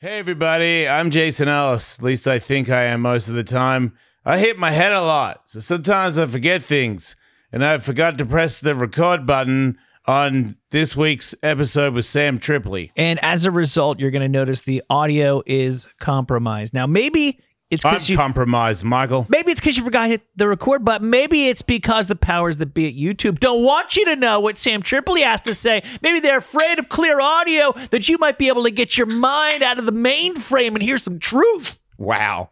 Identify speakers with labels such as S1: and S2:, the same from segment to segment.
S1: Hey, everybody. I'm Jason Ellis. At least I think I am most of the time. I hit my head a lot, so sometimes I forget things. And I forgot to press the record button on this week's episode with Sam Tripley.
S2: And as a result, you're going to notice the audio is compromised. Now, maybe it's
S1: I'm
S2: because you
S1: compromised, Michael.
S2: maybe it's because you forgot to hit the record button. Maybe it's because the powers that be at YouTube don't want you to know what Sam Tripoli has to say. Maybe they're afraid of clear audio that you might be able to get your mind out of the mainframe and hear some truth.
S1: Wow.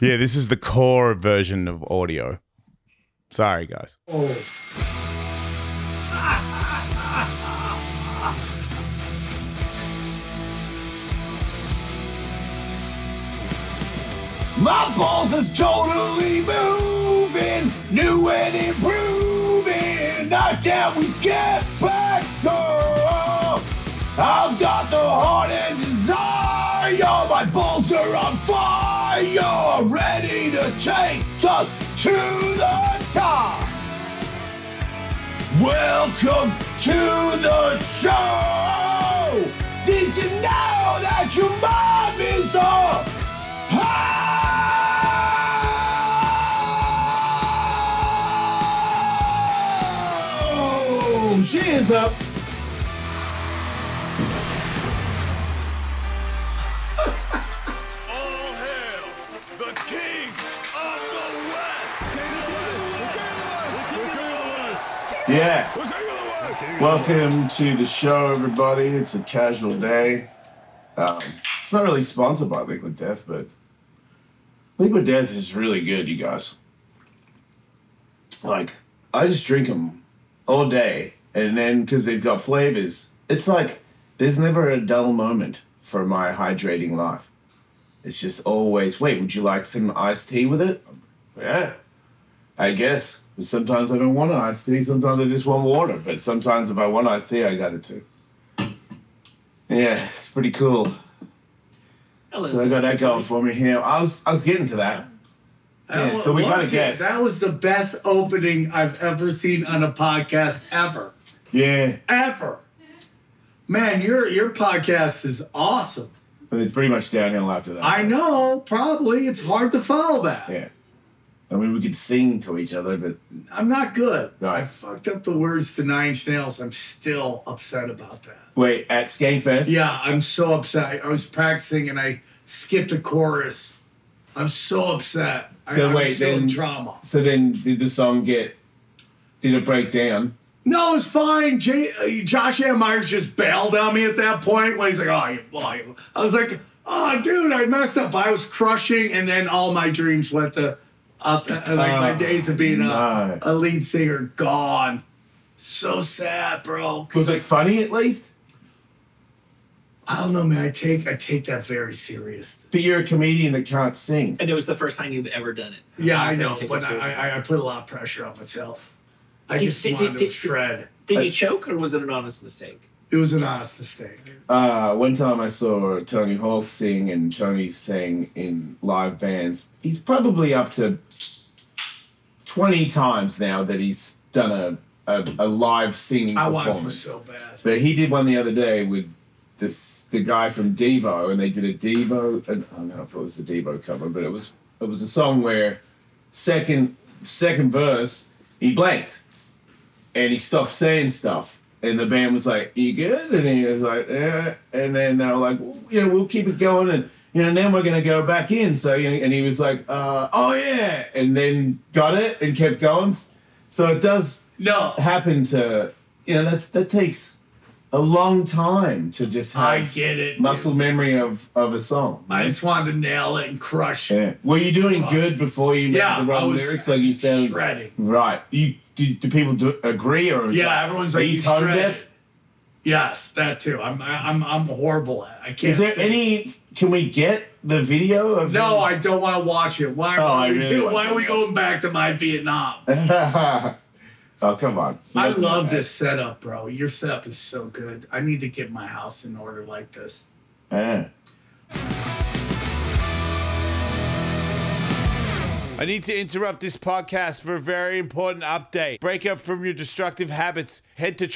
S1: Yeah, this is the core version of audio. Sorry, guys.
S3: My balls is totally moving, new and improving. Not that we get back girl. I've got the heart and desire. My balls are on fire, ready to take us to the top. Welcome to the show. Did you know that your mom is a Oh, she is up.
S4: All hail the King of the West! King of the West! King of the West!
S3: Yeah.
S4: King of the West!
S3: Welcome to the show, everybody. It's a casual day. Um, it's not really sponsored by Liquid Death, but Liquid Death is really good, you guys. Like, I just drink them all day, and then because they've got flavors, it's like there's never a dull moment for my hydrating life. It's just always, wait, would you like some iced tea with it? Yeah. I guess. But sometimes I don't want iced tea. Sometimes I just want water. But sometimes if I want iced tea, I got it too. Yeah, it's pretty cool. so I got that going for me here. I was I was getting to that. Yeah, so we got a
S5: Loved it.
S3: guest.
S5: That was the best opening I've ever seen on a podcast ever.
S3: Yeah,
S5: Ever. Man, your your podcast is awesome.
S3: and it's pretty much downhill after that.
S5: I know, probably it's hard to follow that.
S3: Yeah. I mean, we could sing to each other, but
S5: I'm not good.
S3: Right.
S5: I fucked up the words to Nine Inch Nails. I'm still upset about that.
S3: wait, at Skankfest?
S5: Yeah, I'm so upset. I, I was practicing and I skipped a chorus. I'm so upset.
S3: So
S5: I,
S3: wait,
S5: I'm still in
S3: then-
S5: drama.
S3: So then, did the song get? Did it break down?
S5: No, it's fine. J- uh, Josh Ann Myers just bailed on me at that point. When he's like, oh, you, oh, you-" I was like, oh, dude, I messed up. I was crushing, and then all my dreams went to up. uh, like my
S3: Oh,
S5: days of being
S3: no.
S5: a, a lead singer gone. So sad, bro.
S3: Was
S5: 'Cause
S3: it funny at least?
S5: I don't know, man. I take I take that very serious.
S3: But you're a comedian that can't sing.
S6: And it was the first time you've ever done it.
S5: Yeah, I
S6: So
S5: know,
S6: take it
S5: but I,
S6: seriously.
S5: I, I put a lot of pressure on myself. I
S6: Did-
S5: just
S6: did-
S5: wanted
S6: did-
S5: to shred.
S6: Did you choke or was it an honest mistake?
S5: It was an honest mistake.
S3: Uh, one time I saw Tony Hawk sing, and Tony sang in live bands. He's probably up to twenty times now that he's done a a, a live singing
S5: I wanted to
S3: performance.
S5: so bad.
S3: But he did one the other day with this the guy from Devo, and they did a Devo. And I don't know if it was the Devo cover, but it was it was a song where second second verse he blanked, and he stopped saying stuff, and the band was like, "You good?" And he was like, "Yeah," and then they were like, well, "You know, we'll keep it going." and you know, then we're gonna go back in. So, you know, and he was like, uh, "Oh yeah," and then got it and kept going. So it does
S5: No,
S3: happen to you know that's that takes a long time to just have
S5: I get it. dude.
S3: muscle memory of of a song.
S5: I just wanted to nail it and crush it.
S3: Yeah. Were you doing good before you made
S5: Yeah,
S3: the
S5: I
S3: wrong
S5: was
S3: lyrics? Like you sound
S5: shredding.
S3: right. You do, do people do, agree or is
S5: Yeah,
S3: that-
S5: everyone's
S3: are
S5: like,
S3: you
S5: "You
S3: tone
S5: shredded."
S3: deaf?
S5: Yes, that too. I'm I'm I'm horrible at. It. I can't.
S3: Is there
S5: sing.
S3: any? Can we get the video of?
S5: No, I don't want to watch it. Why?
S3: Oh,
S5: Are
S3: I
S5: we
S3: really
S5: do-
S3: want
S5: why
S3: to.
S5: are we going back to my Vietnam?
S3: I. oh come on!
S5: I
S3: Let's
S5: love
S3: not-
S5: this setup, bro. Your setup is so good. I need to get my house in order like this.
S3: Yeah.
S1: I need to interrupt this podcast for a very important update. Break up from your destructive habits. Head to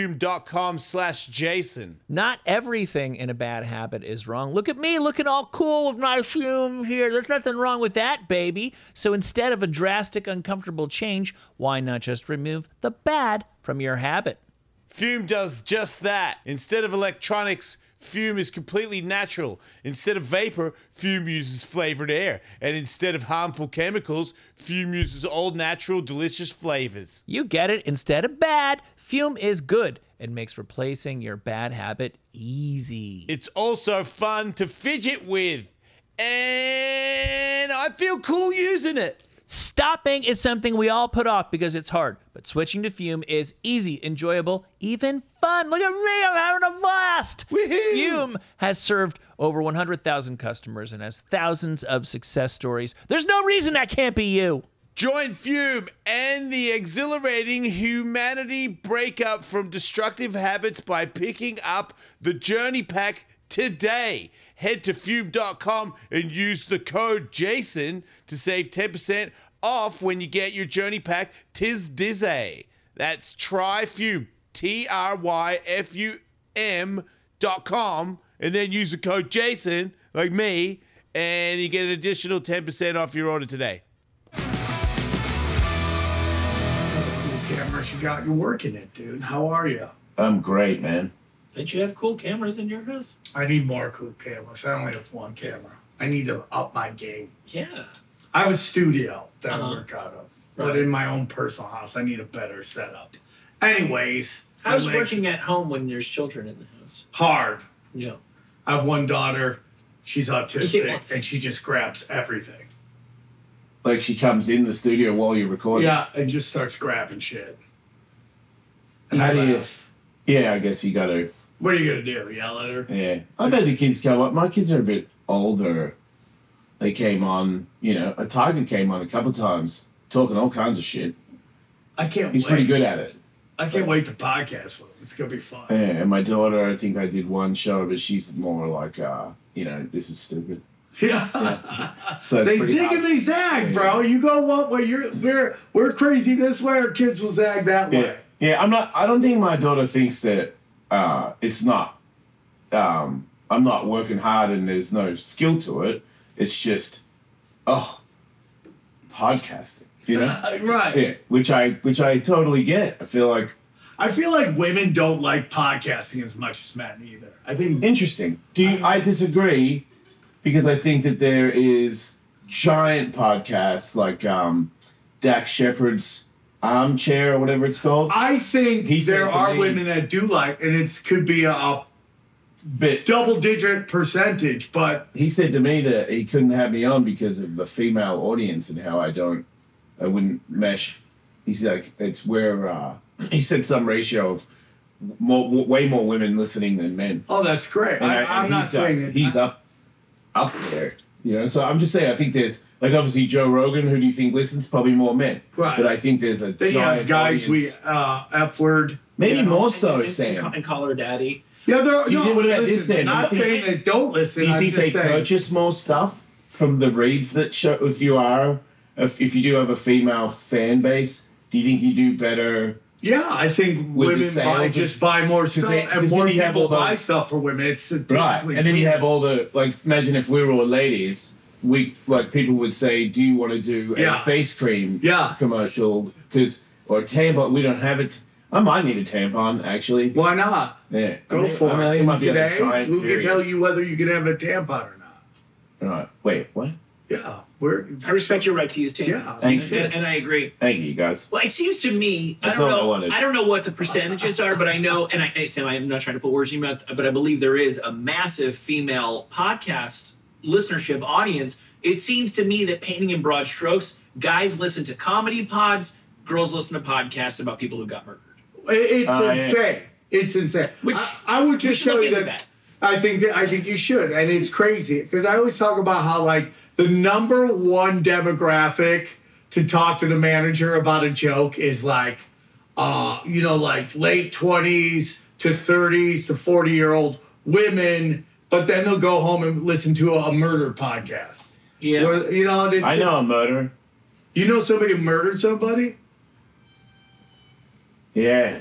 S1: tryfume.com slash Jason.
S2: Not everything in a bad habit is wrong. Look at me looking all cool with my fume here. There's nothing wrong with that, baby. So instead of a drastic, uncomfortable change, why not just remove the bad from your habit?
S1: Fume does just that. Instead of electronics, fume is completely natural. Instead of vapor, fume uses flavored air. And instead of harmful chemicals, fume uses all natural, delicious flavors.
S2: You get it. Instead of bad, fume is good and makes replacing your bad habit easy.
S1: It's also fun to fidget with. And I feel cool using it.
S2: Stopping is something we all put off because it's hard, but switching to fume is easy, enjoyable, even fun. Look at me, I'm having a blast.
S1: Woohoo!
S2: Fume has served over 100,000 customers and has thousands of success stories. There's no reason that can't be you.
S1: Join Fume and the exhilarating humanity breakup from destructive habits by picking up the journey pack today. Head to fume.com and use the code Jason to save 10% off when you get your journey pack tis dizzy. That's try fume T R Y F U M dot com and then use the code Jason like me and you get an additional 10% off your order today.
S5: cool cameras you got. You're working it, dude. How are you?
S3: I'm great, man.
S6: Don't you have cool cameras in your house?
S5: I need more cool cameras. I only have one camera. I need to up my game.
S6: Yeah.
S5: I have a studio that I
S6: Uh-huh.
S5: work out of, but in my own personal house, I need a better setup. Anyways,
S6: How's
S5: it makes
S6: working
S5: it
S6: at home when there's children in the house?
S5: hard.
S6: Yeah.
S5: I have one daughter. She's autistic,
S6: Yeah.
S5: and she just grabs everything.
S3: Like she comes in the studio while you're recording.
S5: Yeah, and just starts grabbing shit. And
S3: How
S5: I
S3: do you?
S5: laugh.
S3: Yeah, I guess you got to.
S5: What are you gonna do? Yell at her?
S3: Yeah, I've had the kids go up. My kids are a bit older. They came on. You know, a tiger came on a couple times, talking all kinds of shit.
S5: I can't.
S3: He's
S5: wait.
S3: pretty good at it.
S5: I can't wait to podcast with him. It's gonna be fun.
S3: Yeah, and my daughter, I think I did one show, but she's more like, uh, you know, this is stupid.
S5: Yeah.
S3: So it's
S5: They
S3: pretty
S5: zig
S3: hard.
S5: and they zag, bro. You go one way, you're we're we're crazy this way, our kids will zag that way.
S3: Yeah, yeah. I'm not. I don't think my daughter thinks that uh, it's not. Um, I'm not working hard, and there's no skill to it. It's just, oh, podcasting. You know.
S5: Uh, Right.
S3: yeah, which I which I totally get. I feel like
S5: I feel like women don't like podcasting as much as men either. I think
S3: interesting. Do you, I disagree because I think that there is giant podcasts like um, Dak Shepard's Armchair or whatever it's called.
S5: I think
S3: He
S5: there
S3: said to
S5: are
S3: me-
S5: women that do like and it's could be a, a
S3: But
S5: double digit percentage, but
S3: he said to me that he couldn't have me on because of the female audience and how I don't, I wouldn't mesh. He's like, it's where uh, he said some ratio of more, w- way more women listening than men.
S5: oh that's great.
S3: And I-
S5: I,
S3: and
S5: I'm not
S3: he's up,
S5: saying it.
S3: he's up, up there. You know, so I'm just saying. I think there's like obviously Joe Rogan. Who do you think listens? Probably more men.
S5: Right.
S3: But I think there's a
S5: then you
S3: giant
S5: have guys
S3: audience.
S5: we uh F word.
S3: maybe more so
S6: and,
S3: Sam.
S6: And call her daddy.
S5: Yeah, there are
S3: Do you
S5: no,
S3: think- what about this
S5: listen,
S3: then?
S5: not
S3: Do you
S5: saying they don't listen.
S3: do you
S5: I'm
S3: think they
S5: just saying
S3: purchase more stuff from the reads that show? If you are, if if you do have a female fan base, do you think you do better?
S5: Yeah, I think
S3: With the
S5: women buy,
S3: sales,
S5: just buy more stuff,
S3: they-
S5: and
S3: because
S5: more
S3: then you have
S5: people
S3: all
S5: buy
S3: those-
S5: stuff for women. It's
S3: Right.
S5: statistically
S3: And then you
S5: true.
S3: have all the like. Imagine if we were all ladies. We like people would say, "Do you want to do a
S5: Yeah.
S3: face cream
S5: Yeah.
S3: commercial? Because or a tampon? We don't have it. I might need a tampon actually.
S5: Why not?
S3: Yeah,
S5: Go
S3: I mean, I
S5: for
S3: mean, I
S5: it.
S3: think might be like
S5: Today,
S3: a giant
S5: who
S3: period.
S5: can tell you whether you can have a tampon or not?
S3: Right. Wait. What?
S5: Yeah, we're
S6: I respect your right to use tampons.
S5: Yeah.
S3: Thank
S6: and,
S3: you.
S6: and, and I agree.
S3: Thank you, guys.
S6: Well, it seems to me
S3: That's
S6: I don't
S3: all I
S6: know.
S3: wanted.
S6: don't know what the percentages are, but I know, and I, hey, Sam, I'm not trying to put words in your mouth, but I believe there is a massive female podcast listenership audience. It seems to me that painting in broad strokes, guys listen to comedy pods, girls listen to podcasts about people who got murdered.
S5: It- It's
S3: Uh, yeah.
S5: insane. It's insane.
S6: Which-
S5: I, I would
S6: we
S5: just
S6: should
S5: show
S6: look
S5: you
S6: into
S5: that, I think that I think you should, and it's crazy because I always talk about how like the number one demographic to talk to the manager about a joke is like, uh, you know, like late twenties to thirties to forty year old women, but then they'll go home and listen to a, a murder podcast.
S6: Yeah.
S5: Where, you know, and it's
S3: I know a murder.
S5: You know somebody who murdered somebody?
S3: Yeah.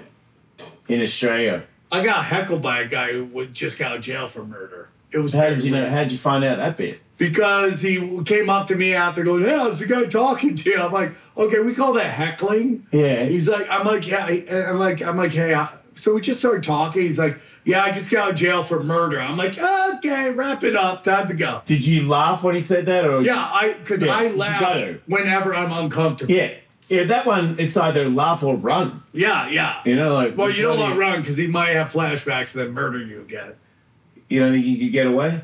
S3: In Australia.
S5: I got heckled by a guy who would- just got out of jail for murder. It was
S3: How
S5: very
S3: did you know?
S5: weird.
S3: How did you find out that bit?
S5: because he came up to me after going, "Yeah, there's a guy talking to you." I'm like, "Okay, we call that heckling."
S3: Yeah.
S5: He's like, "I'm like, yeah," and I'm like, "I'm like, hey." I, so we just started talking. He's like, "Yeah, I just got out of jail for murder." I'm like, "Okay, wrap it up. Time to go."
S3: Did you laugh when he said that, or
S5: Yeah, I because
S3: Yeah,
S5: I
S3: you
S5: laugh
S3: gotta.
S5: whenever I'm uncomfortable.
S3: yeah, yeah? That one, it's either laugh or run.
S5: yeah, yeah.
S3: You know, like
S5: Well,
S3: which
S5: you don't
S3: one
S5: want to run because he might have flashbacks and then murder you again.
S3: You don't think you could get away?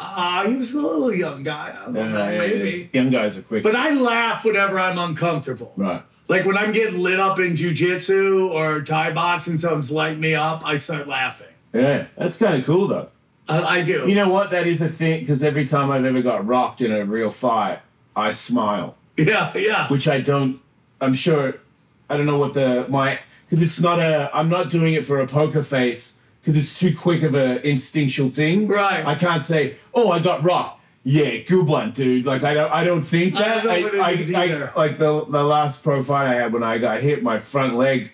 S5: Ah, he was a little young guy. I don't
S3: Uh,
S5: know,
S3: yeah,
S5: maybe.
S3: yeah. Young guys are quick.
S5: But I laugh whenever I'm uncomfortable.
S3: right.
S5: Like when I'm getting lit up in jujitsu or Thai boxing, something's lighting me up, I start laughing.
S3: Yeah, that's kind of cool though.
S5: I, I do.
S3: You know what? That is a thing because every time I've ever got rocked in a real fight, I smile,
S5: yeah, yeah.
S3: which I don't. I'm sure. I don't know what the my because it's not a. I'm not doing it for a poker face because it's too quick of a instinctual thing.
S5: Right.
S3: I can't say, oh, I got rocked. Yeah, good one, dude. Like I don't. I don't think
S5: I
S3: that.
S5: don't know what it is either.
S3: like the the last pro fight I had when I got hit, my front leg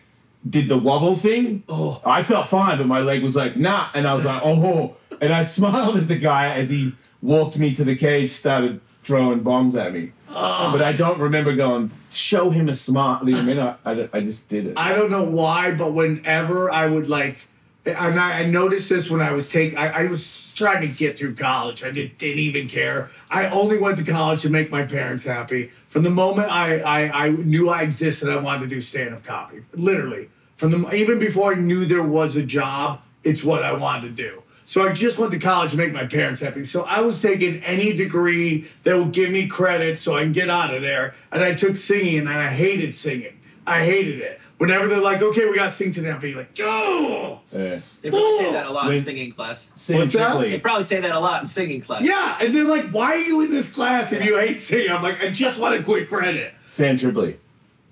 S3: did the wobble thing.
S5: Oh.
S3: I felt fine, but my leg was like, nah. And I was like, oh. And I smiled at the guy as he walked me to the cage, started throwing bombs at me.
S5: Ah.
S3: But I don't remember going, show him a smile. I mean, I, I, don't- I just did it.
S5: I don't know why, but whenever I would like, and I, I noticed this when I was taking, I, I was trying to get through college. I did, didn't even care. I only went to college to make my parents happy. From the moment I, I, I knew I existed, I wanted to do stand up comedy. Literally, from the even before I knew there was a job, it's what I wanted to do. So I just went to college to make my parents happy. So I was taking any degree that would give me credit so I can get out of there. And I took singing and I hated singing. I hated it. Whenever they're like, okay, we gotta sing today, I'll be like, go!
S3: Yeah.
S6: They probably
S5: Oh,
S6: say that a lot
S3: wait.
S6: in singing class.
S3: Sam
S5: What's that?
S6: They
S3: Tripoli.
S6: probably say that a lot in singing class.
S5: Yeah, and they're like, why are you in this class if you hate singing? I'm like, I just want to quit credit.
S3: Sam Tripoli.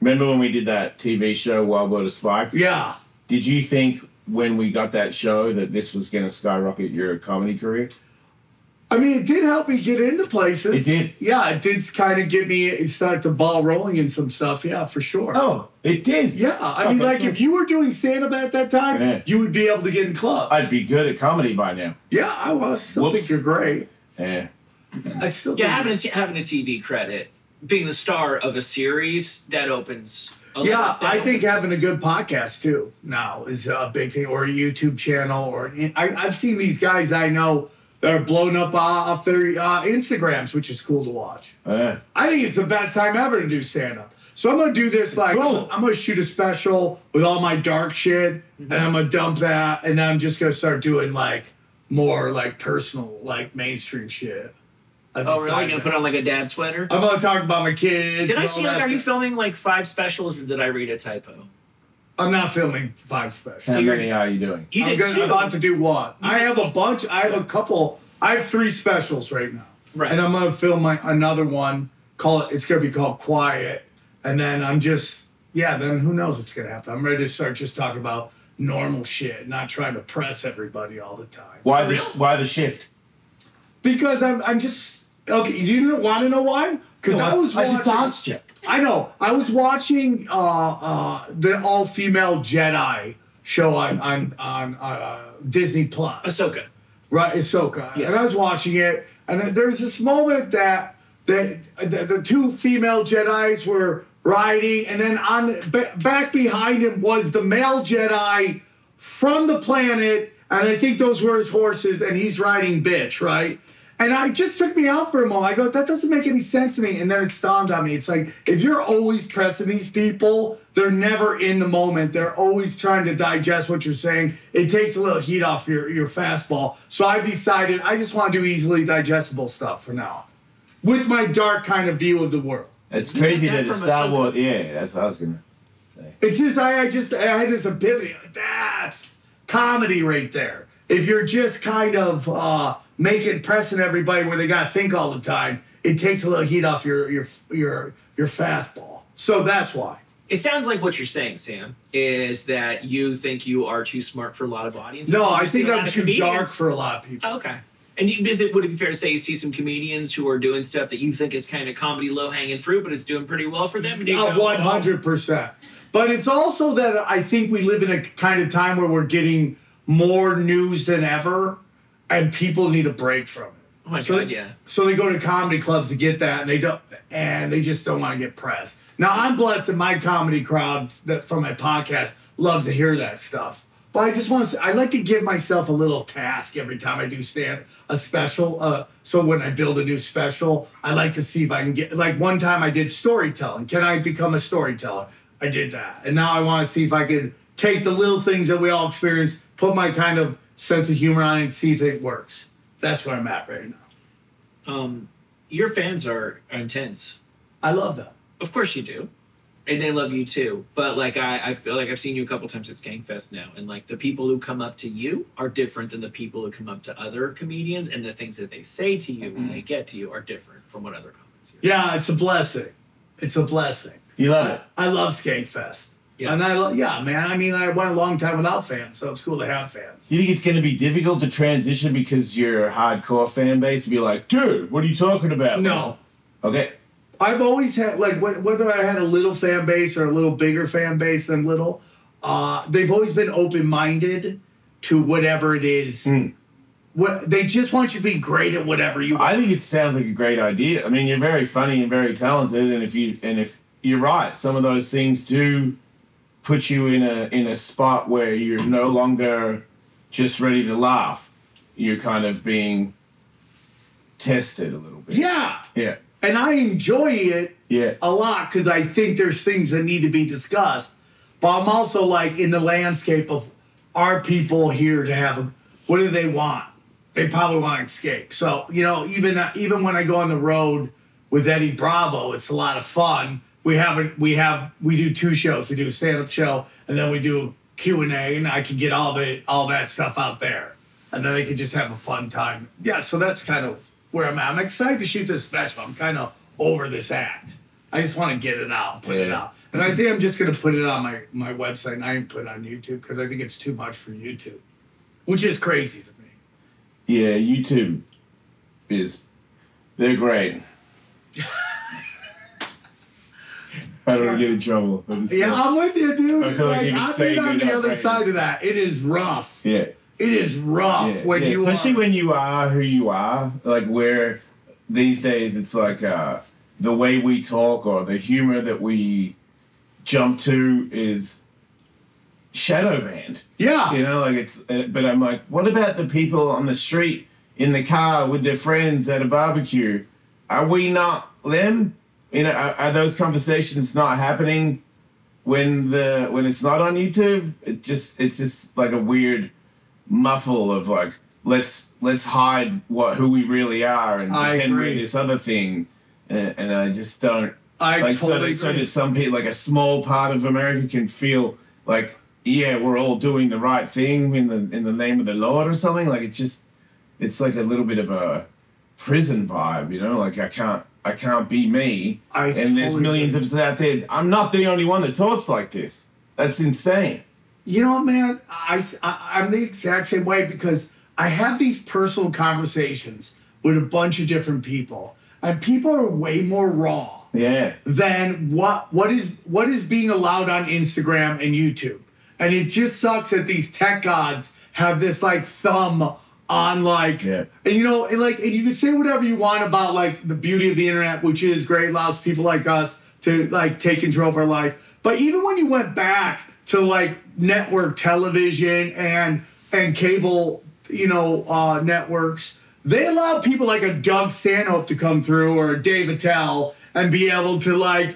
S3: Remember when we did that TV show, Wild World of Spike?
S5: Yeah.
S3: Did you think when we got that show that this was going to skyrocket your comedy career?
S5: I mean, it did help me get into places.
S3: It did.
S5: Yeah, it did kind of get me, it started the ball rolling in some stuff. Yeah, for sure.
S3: Oh, it did.
S5: Yeah, I mean,
S3: Okay.
S5: like if you were doing stand up at that time,
S3: Yeah.
S5: you would be able to get in clubs.
S3: I'd be good at comedy by now.
S5: yeah, I was. Still
S3: Whoops.
S5: think you're great.
S3: Yeah.
S5: I still
S6: Yeah,
S5: think-
S6: having a t- having a TV credit, being the star of a series that opens. a
S5: Yeah,
S6: lot- that
S5: I think
S6: opens
S5: having a
S6: doors.
S5: good podcast too now is a big thing, or a YouTube channel, or an, I, I've seen these guys I know that are blown up uh, off their uh, Instagrams, which is cool to watch.
S3: Yeah.
S5: I think it's the best time ever to do stand up. So I'm gonna do this like
S3: Cool.
S5: I'm gonna shoot a special with all my dark shit, and I'm gonna dump that, and then I'm just gonna start doing like more like personal, like mainstream shit. I've
S6: Oh, really?
S5: decided
S6: Gonna
S5: that.
S6: put on like a dad sweater?
S5: I'm gonna talk about my kids.
S6: did I
S5: and
S6: see
S5: all
S6: like
S5: that
S6: are you
S5: stuff.
S6: filming like five specials or did I read a typo?
S5: I'm not filming five specials.
S3: How
S6: you're-
S3: many are you doing?
S6: You
S5: I'm
S6: did
S5: gonna,
S6: two.
S5: about to do one. I have a bunch. I have a couple. I have three specials right now.
S6: Right.
S5: And I'm gonna film my another one. Call it. It's gonna be called Quiet. And then I'm just yeah. Then who knows what's gonna happen? I'm ready to start just talking about normal shit, not trying to press everybody all the time.
S3: Why the why the shift?
S5: Because I'm I'm just okay. You didn't want to know why? Because I was.
S3: I just
S5: watching-
S3: asked you.
S5: I know. I was watching uh, uh, the all female Jedi show on on on uh, Disney Plus.
S6: Ahsoka.
S5: Right, Ahsoka. And I was watching it, and then there's this moment that the, the, the two female Jedi's were riding, and then on the, ba- back behind him was the male Jedi from the planet, and I think those were his horses, and he's riding bitch, right? And I just took me out for a moment. I go, that doesn't make any sense to me. And then it dawned on me. It's like if you're always pressing these people, they're never in the moment. They're always trying to digest what you're saying. It takes a little heat off your, your fastball. So I decided I just want to do easily digestible stuff for now. on. With my dark kind of view of the world.
S3: It's crazy
S6: got
S3: that
S6: that
S3: it's
S6: from
S3: Star
S6: Ahsoka.
S3: Wars. Yeah, that's what I was gonna.
S5: It's just I, I just I had this epiphany. Like, That's comedy right there. If you're just kind of uh, making pressing everybody where they gotta think all the time, it takes a little heat off your your your your fastball. So that's why.
S6: It sounds like what you're saying, Sam, is that you think you are too smart for a lot of audiences.
S5: No,
S6: You
S5: I
S6: see
S5: think
S6: a lot
S5: I'm
S6: of
S5: too dark
S6: comedians- Oh,
S5: for a lot of people.
S6: Okay. And you, is it would it be fair to say you see some comedians who are doing stuff that you think is kind of comedy low hanging fruit, but it's doing pretty well for them? And Oh, you go,
S5: One hundred percent. But it's also that I think we live in a kind of time where we're getting more news than ever, and people need a break from it.
S6: Oh my
S5: So
S6: god,
S5: they,
S6: yeah.
S5: So they go to comedy clubs to get that, and they don't, and they just don't want to get pressed. Now I'm blessed that my comedy crowd that from my podcast loves to hear that stuff. But I just want to, I like to give myself a little task every time I do stand a special. Uh, so when I build a new special, I like to see if I can get. Like one time I did storytelling. Can I become a storyteller? I did that, and now I want to see if I could take the little things that we all experience, put my kind of sense of humor on it, and see if it works. That's where I'm at right now.
S6: Your fans are, are intense.
S5: I love that.
S6: Of course you do. And they love you too. But like I, I feel like I've seen you a couple times at Skankfest now. And like the people who come up to you are different than the people who come up to other comedians and the things that they say to you when
S5: Mm-hmm.
S6: they get to you are different from what other comics hear.
S5: Yeah, it's a blessing. It's a blessing.
S3: You love it.
S5: I love Skankfest.
S6: Yeah.
S5: And I love, yeah, man. I mean, I went a long time without fans, so it's cool to have fans.
S3: Do you think it's going to be difficult to transition because your hardcore fan base would be like, dude, what are you talking about?
S5: No,
S3: Okay.
S5: I've always had like wh- whether I had a little fan base or a little bigger fan base than little, uh, they've always been open minded to whatever it is. What they just want you to be great at whatever you.
S3: Hmm. I think it sounds like a great idea. I mean, you're very funny and very talented, and if you and if you're right, some of those things do put you in a in a spot where you're no longer just ready to laugh. You're kind of being tested a little bit.
S5: Yeah,
S3: Yeah.
S5: and I enjoy it.
S3: Yeah.
S5: a lot because I think there's things that need to be discussed. But I'm also like in the landscape of are people here to have a, what do they want? They probably want to escape. So you know, even uh, even when I go on the road with Eddie Bravo, it's a lot of fun. We haven't we have we do two shows. We do a stand up show and then we do Q and A, and I can get all the all that stuff out there, and then they can just have a fun time. Yeah, so that's kind of where I'm at. I'm excited to shoot this special. I'm kind of over this act. I just want to get it out, put it
S3: Yeah.
S5: out. And I think I'm just going to put it on my, my website and I ain't put it on YouTube because I think it's too much for YouTube, which is crazy to me.
S3: Yeah, YouTube is they're great. I don't wanna get in trouble. I'm just-
S5: Yeah, I'm with you, dude.
S3: I feel like
S5: Like,
S3: you can
S5: I've
S3: say
S5: been on
S3: good
S5: the other
S3: outrageous.
S5: side of that. It is rough.
S3: yeah.
S5: It is rough
S3: Yeah,
S5: when
S3: yeah,
S5: you
S3: especially
S5: are-
S3: when you are who you are like where these days it's like uh the way we talk or the humor that we jump to is shadow banned
S5: yeah.
S3: you know like it's uh, but i'm like what about the people on the street in the car with their friends at a barbecue are we not them you know are, are those conversations not happening when the when it's not on youtube it just it's just like a weird muffle of like let's let's hide what who we really are and
S5: I
S3: pretend we're
S5: agree.
S3: this other thing and, and i just don't
S5: I
S3: like so,
S5: totally
S3: that, so
S5: agree.
S3: that some people like a small part of America can feel like yeah we're all doing the right thing in the in the name of the Lord or something like it's just it's like a little bit of a prison vibe you know like I can't I can't be me
S5: I
S3: and there's
S5: totally
S3: millions of us out there I'm not the only one that talks like this that's insane
S5: You know, man, I, I am the exact same way because I have these personal conversations with a bunch of different people, and people are way more raw
S3: yeah
S5: than what what is what is being allowed on Instagram and YouTube. And it just sucks that these tech gods have this like thumb on like
S3: Yeah.
S5: and you know and like and you can say whatever you want about like the beauty of the internet, which is great, allows people like us to like take control of our life. But even when you went back to like network television and and cable, you know, uh, networks, they allow people like a Doug Stanhope to come through or a Dave Attell and be able to like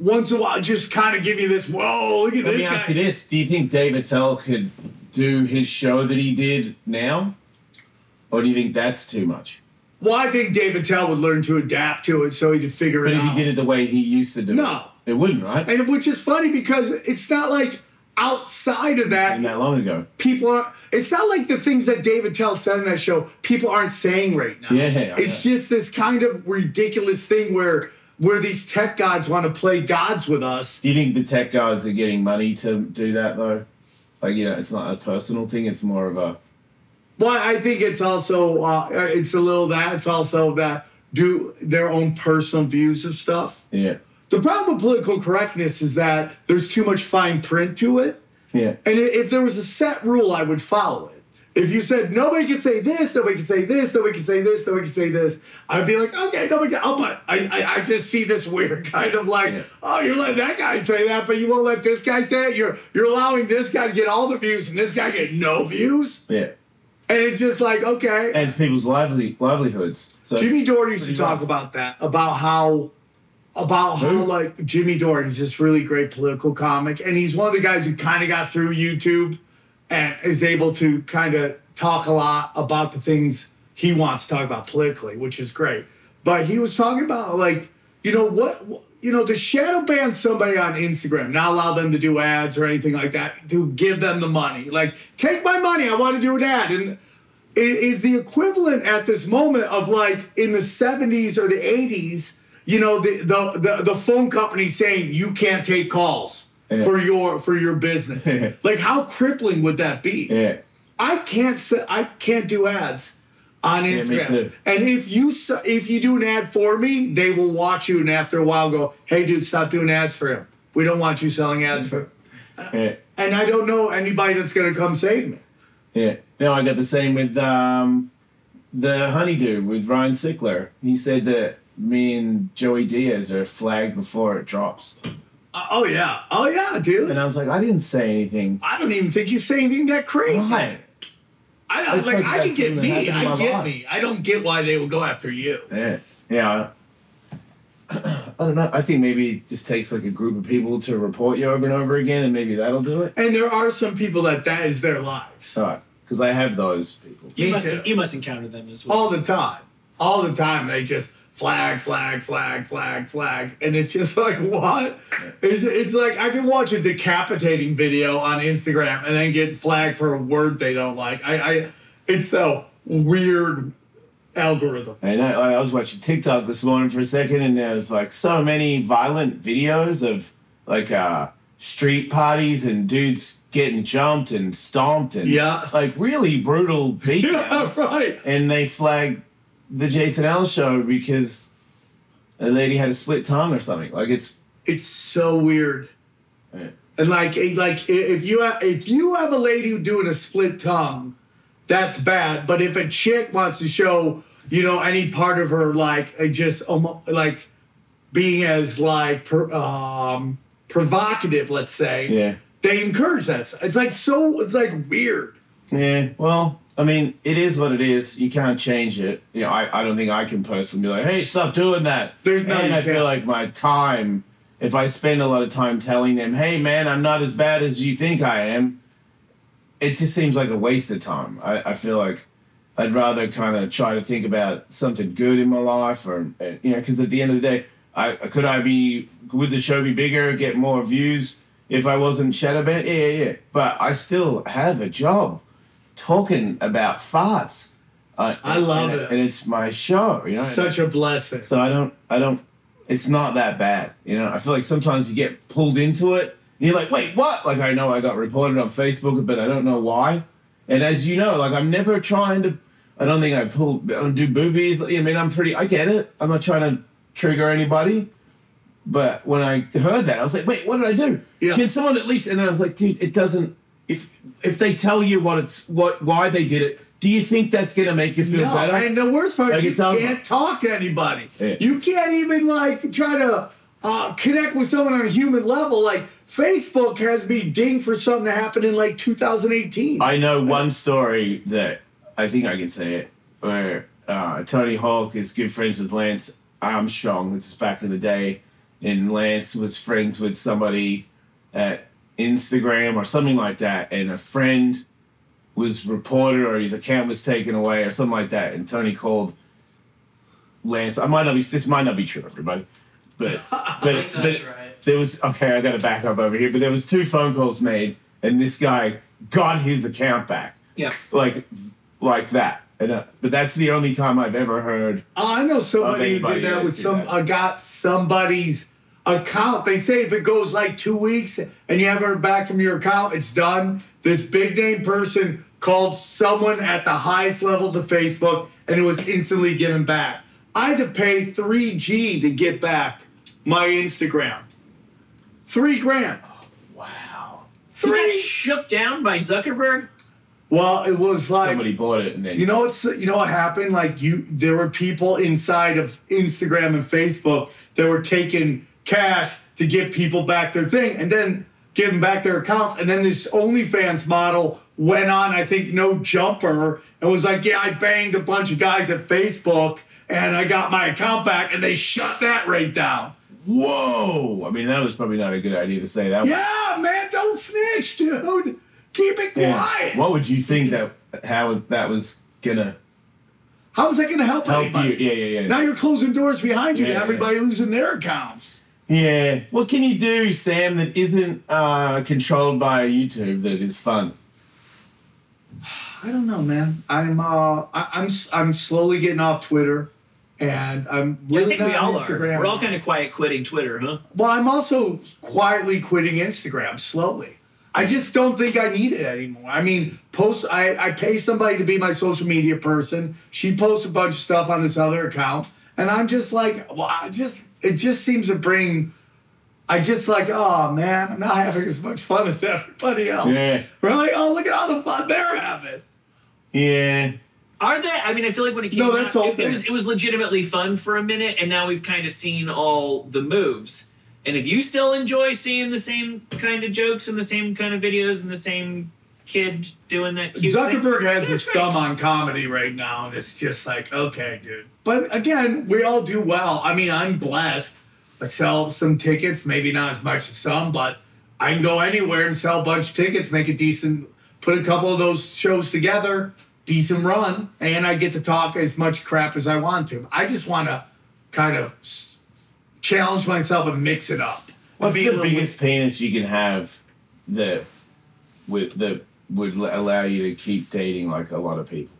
S5: once in a while just kind of give you this whoa look at
S3: let
S5: this
S3: me ask
S5: guy.
S3: you this do you think Dave Attell could do his show that he did now or do you think that's too much
S5: Well, I think Dave Attell would learn to adapt to it so he could figure
S3: but
S5: it
S3: if
S5: out.
S3: he did it the way he used to do
S5: No.
S3: it it wouldn't right
S5: and which is funny because it's not like outside of that
S3: and that long ago
S5: people are it's not like the things that David Tell said in that show people aren't saying right now.
S3: Yeah, I
S5: It's
S3: know.
S5: just this kind of ridiculous thing where where these tech gods want to play gods with us.
S3: Do you think the tech guys are getting money to do that though? Like you know, it's not a personal thing. It's more of a
S5: Well, I think it's also uh, it's a little that it's also that do their own personal views of stuff.
S3: Yeah.
S5: The problem with political correctness is that there's too much fine print to it.
S3: Yeah.
S5: And i- if there was a set rule, I would follow it. If you said nobody can say this, nobody can say this, nobody can say this, nobody can say this, I'd be like, okay, nobody can. Oh, but I, I, I just see this weird kind of like,
S3: Yeah.
S5: oh, you're letting that guy say that, but you won't let this guy say it. You're you're allowing this guy to get all the views and this guy get no views,
S3: Yeah.
S5: and it's just like, okay.
S3: And it's people's lively livelihoods. So
S5: Jimmy
S3: it's
S5: Dore used to
S3: pretty
S5: talk
S3: rough.
S5: about that, about how, about how like Jimmy Dore is this really great political comic, and he's one of the guys who kind of got through YouTube, and is able to kind of talk a lot about the things he wants to talk about politically, which is great. But he was talking about like, you know what, you know, to shadow ban somebody on Instagram, not allow them to do ads or anything like that, to give them the money, like take my money, I want to do an ad, and i- is the equivalent at this moment of like in the 70s or the 80s, you know, the the the, the phone company saying you can't take calls for your for your business. like how crippling would that be?
S3: Yeah.
S5: I can't say I can't do ads on
S3: me
S5: Instagram.
S3: too.
S5: And if you st- if you do an ad for me, they will watch you and after a while go, "Hey dude, stop doing ads for him. We don't want you selling ads for."
S3: Yeah.
S5: And I don't know anybody that's going to come save me.
S3: Yeah. No, I got the same with um, the Honeydew with Ryan Sickler. He said that me and Joey Diaz are flagged before it drops.
S5: Uh, oh yeah. Oh yeah, dude.
S3: And I was like, I didn't say anything.
S5: I don't even think you say anything that crazy.
S3: Why?
S5: I, I was
S3: It's
S5: like,
S3: like
S5: I can
S3: that's
S5: get
S3: something that
S5: me.
S3: happened in
S5: I
S3: my
S5: get
S3: life.
S5: me. I don't get why they would go after you.
S3: Yeah. Yeah. I don't know. I think maybe it just takes like a group of people to report you over and over again, and maybe that'll do it.
S5: And there are some people that that is their lives
S3: Sorry, because I have those people.
S6: You
S5: Me
S6: must
S5: too. Oh.
S6: you must encounter them as well.
S5: all the time. All the time, they just flag, flag, flag, flag, flag, and it's just like what? It's, it's like I can watch a decapitating video on Instagram and then get flagged for a word they don't like. I, I it's so weird algorithm.
S3: And I, I was watching TikTok this morning for a second, and there was like so many violent videos of like uh, street parties and dudes getting jumped and stomped and
S5: Yeah.
S3: like really brutal
S5: Yeah,
S3: beatdowns.
S5: right.
S3: And they flagged the Jason L show because a lady had a split tongue or something. Like it's
S5: It's so weird.
S3: Yeah.
S5: And like, it- like i- if you have, if you have a lady who doing a split tongue, that's bad. But if a chick wants to show, you know, any part of her, like uh, just almost, like being as like per, um, provocative, let's say,
S3: Yeah.
S5: they encourage that. It's like so. It's like weird.
S3: yeah. Well, I mean, it is what it is. You can't change it. You know, I, I don't think I can personally be like, hey, stop doing that.
S5: There's no-
S3: and
S5: you
S3: I feel
S5: can't.
S3: like my time, if I spend a lot of time telling them, hey, man, I'm not as bad as you think I am, it just seems like a waste of time. I, I feel like I'd rather kind of try to think about something good in my life, or and, you know, because at the end of the day, I could I be would the show be bigger, get more views if I wasn't shadow banned? Yeah, yeah, yeah. But I still have a job talking about farts. I,
S5: I love
S3: and,
S5: it.
S3: and it's my show. You know,
S5: Such a blessing.
S3: so I don't, I don't. It's not that bad, you know. I feel like sometimes you get pulled into it, and you're like, "Wait, what?" Like I know I got reported on Facebook, but I don't know why. And as you know, like I'm never trying to. I don't think I pull. I don't do boobies. I mean, I'm pretty. I get it. I'm not trying to trigger anybody. But when I heard that, I was like, "Wait, what did I do?
S5: Yeah.
S3: Can someone at least?" And then I was like, "Dude, it doesn't. If if they tell you what it's what why they did it, do you think that's gonna make you feel
S5: No,
S3: better?"
S5: and the worst part
S3: Like,
S5: is you
S3: it's out-
S5: can't talk to anybody.
S3: Yeah.
S5: You can't even like try to uh, connect with someone on a human level. Like Facebook has me dinged for something that happened in like 2018.
S3: I know one story that I think I can say it, where uh, Tony Hawk is good friends with Lance Armstrong. This is back in the day, and Lance was friends with somebody at Instagram or something like that, and a friend was reported or his account was taken away or something like that, and Tony called Lance. I might not be. This might not be true, everybody, but but but
S6: That's right.
S3: there was okay. I got to back up over here, but there was two phone calls made, and this guy got his account back,
S6: Yeah.
S3: like like that. And, uh, but that's the only time I've ever heard.
S5: Oh, I know
S3: Of
S5: somebody who
S3: anybody
S5: did that
S3: that
S5: with
S3: did
S5: some.
S3: that.
S5: I got somebody's account. They say if it goes like two weeks and you haven't heard back from your account, it's done. This big name person called someone at the highest levels of Facebook, and it was instantly given back. I had to pay 3G to get back my Instagram. Three grand.
S3: Oh, Wow.
S6: Got
S5: Three.
S6: shook down by Zuckerberg.
S5: Well, it was like
S3: Somebody bought it and then
S5: You know what's you know what happened? Like you there were people inside of Instagram and Facebook that were taking cash to get people back their thing and then giving back their accounts. And then this OnlyFans model went on, I think, no jumper and was like, Yeah, I banged a bunch of guys at Facebook and I got my account back and they shut that right down.
S3: Whoa! I mean, that was probably not a good idea to say that.
S5: Yeah, man, don't snitch, dude. Keep it
S3: Yeah.
S5: quiet.
S3: What would you think that how that was gonna
S5: How is that gonna help,
S3: help
S5: anybody?
S3: you? Yeah, yeah, yeah.
S5: Now you're closing doors behind you
S3: Yeah,
S5: to
S3: yeah.
S5: everybody losing their accounts.
S3: Yeah. What can you do, Sam, that isn't uh, controlled by YouTube that is fun?
S5: I don't know, man. I'm uh, I, I'm s- I'm slowly getting off Twitter, and I'm
S6: I
S5: really
S6: think we
S5: not on
S6: all are.
S5: Instagram.
S6: We're all kind of quiet quitting Twitter, huh?
S5: well, I'm also quietly quitting Instagram slowly. I just don't think I need it anymore. I mean, post I, I pay somebody to be my social media person. She posts a bunch of stuff on this other account, and I'm just like, well, I just it just seems to bring. I just like, oh man, I'm not having as much fun as everybody else.
S3: Yeah.
S5: We're like, oh look at all the fun they're having.
S3: Yeah.
S6: Are they? I mean, I feel like when it came
S5: No, that's
S6: out,
S5: all
S6: it, it was
S5: bad.
S6: it was legitimately fun for a minute, and now we've kind of seen all the moves. And if you still enjoy seeing the same kind of jokes and the same kind of videos and the same kid doing that, cute
S5: Zuckerberg
S6: thing,
S5: has his
S6: that's great.
S5: thumb on comedy right now, and it's just like, okay, dude. But again, we all do well. I mean, I'm blessed. I sell some tickets, maybe not as much as some, but I can go anywhere and sell a bunch of tickets, make a decent, put a couple of those shows together, decent run, and I get to talk as much crap as I want to. I just want to kind of s- challenge myself and mix it up.
S3: What's
S5: Be a
S3: the
S5: little-
S3: biggest penis you can have that would that would l- allow you to keep dating like a lot of people?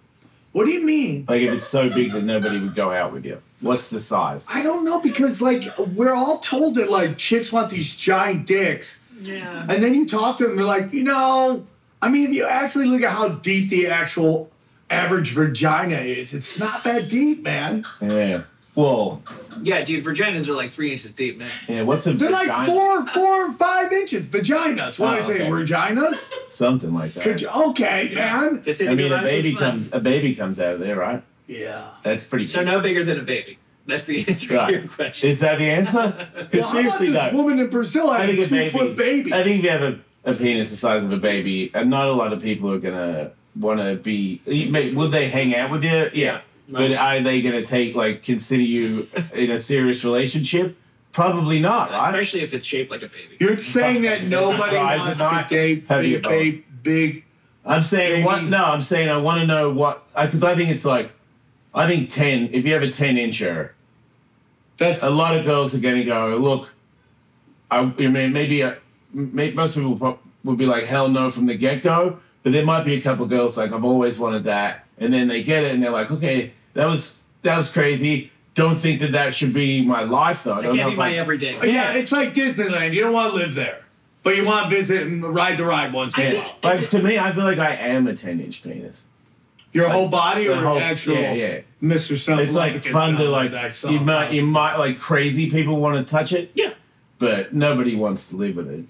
S5: What do you mean?
S3: Like if it's so big that nobody would go out with you. What's the size?
S5: I don't know because like we're all told that like chicks want these giant dicks,
S6: Yeah.
S5: and then you talk to them, they're like, you know, I mean, if you actually look at how deep the actual average vagina is, it's not that deep, man.
S3: Yeah. Well,
S6: Yeah, dude, vaginas are like three inches deep, man.
S3: yeah. What's a
S5: They're like
S3: vagina?
S5: four, four, and five inches vaginas. What do I
S3: Oh,
S5: say,
S3: okay.
S5: vaginas?
S3: Something like that.
S5: Vag- Okay, man.
S6: They say
S3: I
S6: they
S3: mean,
S6: do
S3: a
S6: lots of
S3: baby
S6: fun.
S3: comes a baby comes out of there, right?
S5: Yeah.
S3: That's pretty.
S6: So no bigger than a baby. That's the answer
S3: Right.
S6: to your question.
S3: Is that the answer? 'Cause
S5: Yeah, how about
S3: seriously,
S5: this
S3: though,
S5: woman in Brazil
S3: I
S5: had
S3: think
S5: a
S3: a baby.
S5: two-foot baby.
S3: I think if you have a, a penis the size of a baby, and not a lot of people are gonna want to be. you may- Would they hang out with you? Yeah. But are they gonna take like consider you in a serious relationship? Probably not. Right?
S6: Especially if it's shaped like a baby.
S5: You're saying that nobody
S3: Surprised
S5: wants
S3: and
S5: to
S3: not
S5: date
S3: heavy
S5: big,
S3: about
S5: big, big.
S3: I'm saying
S5: Maybe-
S3: what? No, I'm saying I want to know what because I think it's like, I think ten. If you have a ten incher,
S5: That's
S3: a lot of girls are going to go, look, I, I mean, maybe uh, may, most people pro- would be like, hell no from the get go. But there might be a couple girls like, I've always wanted that. And then they get it and they're like, okay, that was that was crazy. Don't think that that should be my life, though. I
S6: It
S3: don't know
S6: can't be
S3: if
S6: my
S3: I-
S6: everyday.
S5: Yeah, it's like Disneyland. You don't want to live there, but you want to visit and ride the ride once in a
S3: Yeah.
S5: while.
S6: Is
S3: Like,
S6: it-
S3: to me, I feel like I am a 10 inch penis.
S5: Your whole body
S3: the
S5: or
S3: whole-
S5: actual
S3: yeah, yeah.
S5: Mr. Self.
S3: It's like fun to like, you might, you might, like crazy people want to touch it,
S6: Yeah.
S3: but nobody wants to live with it.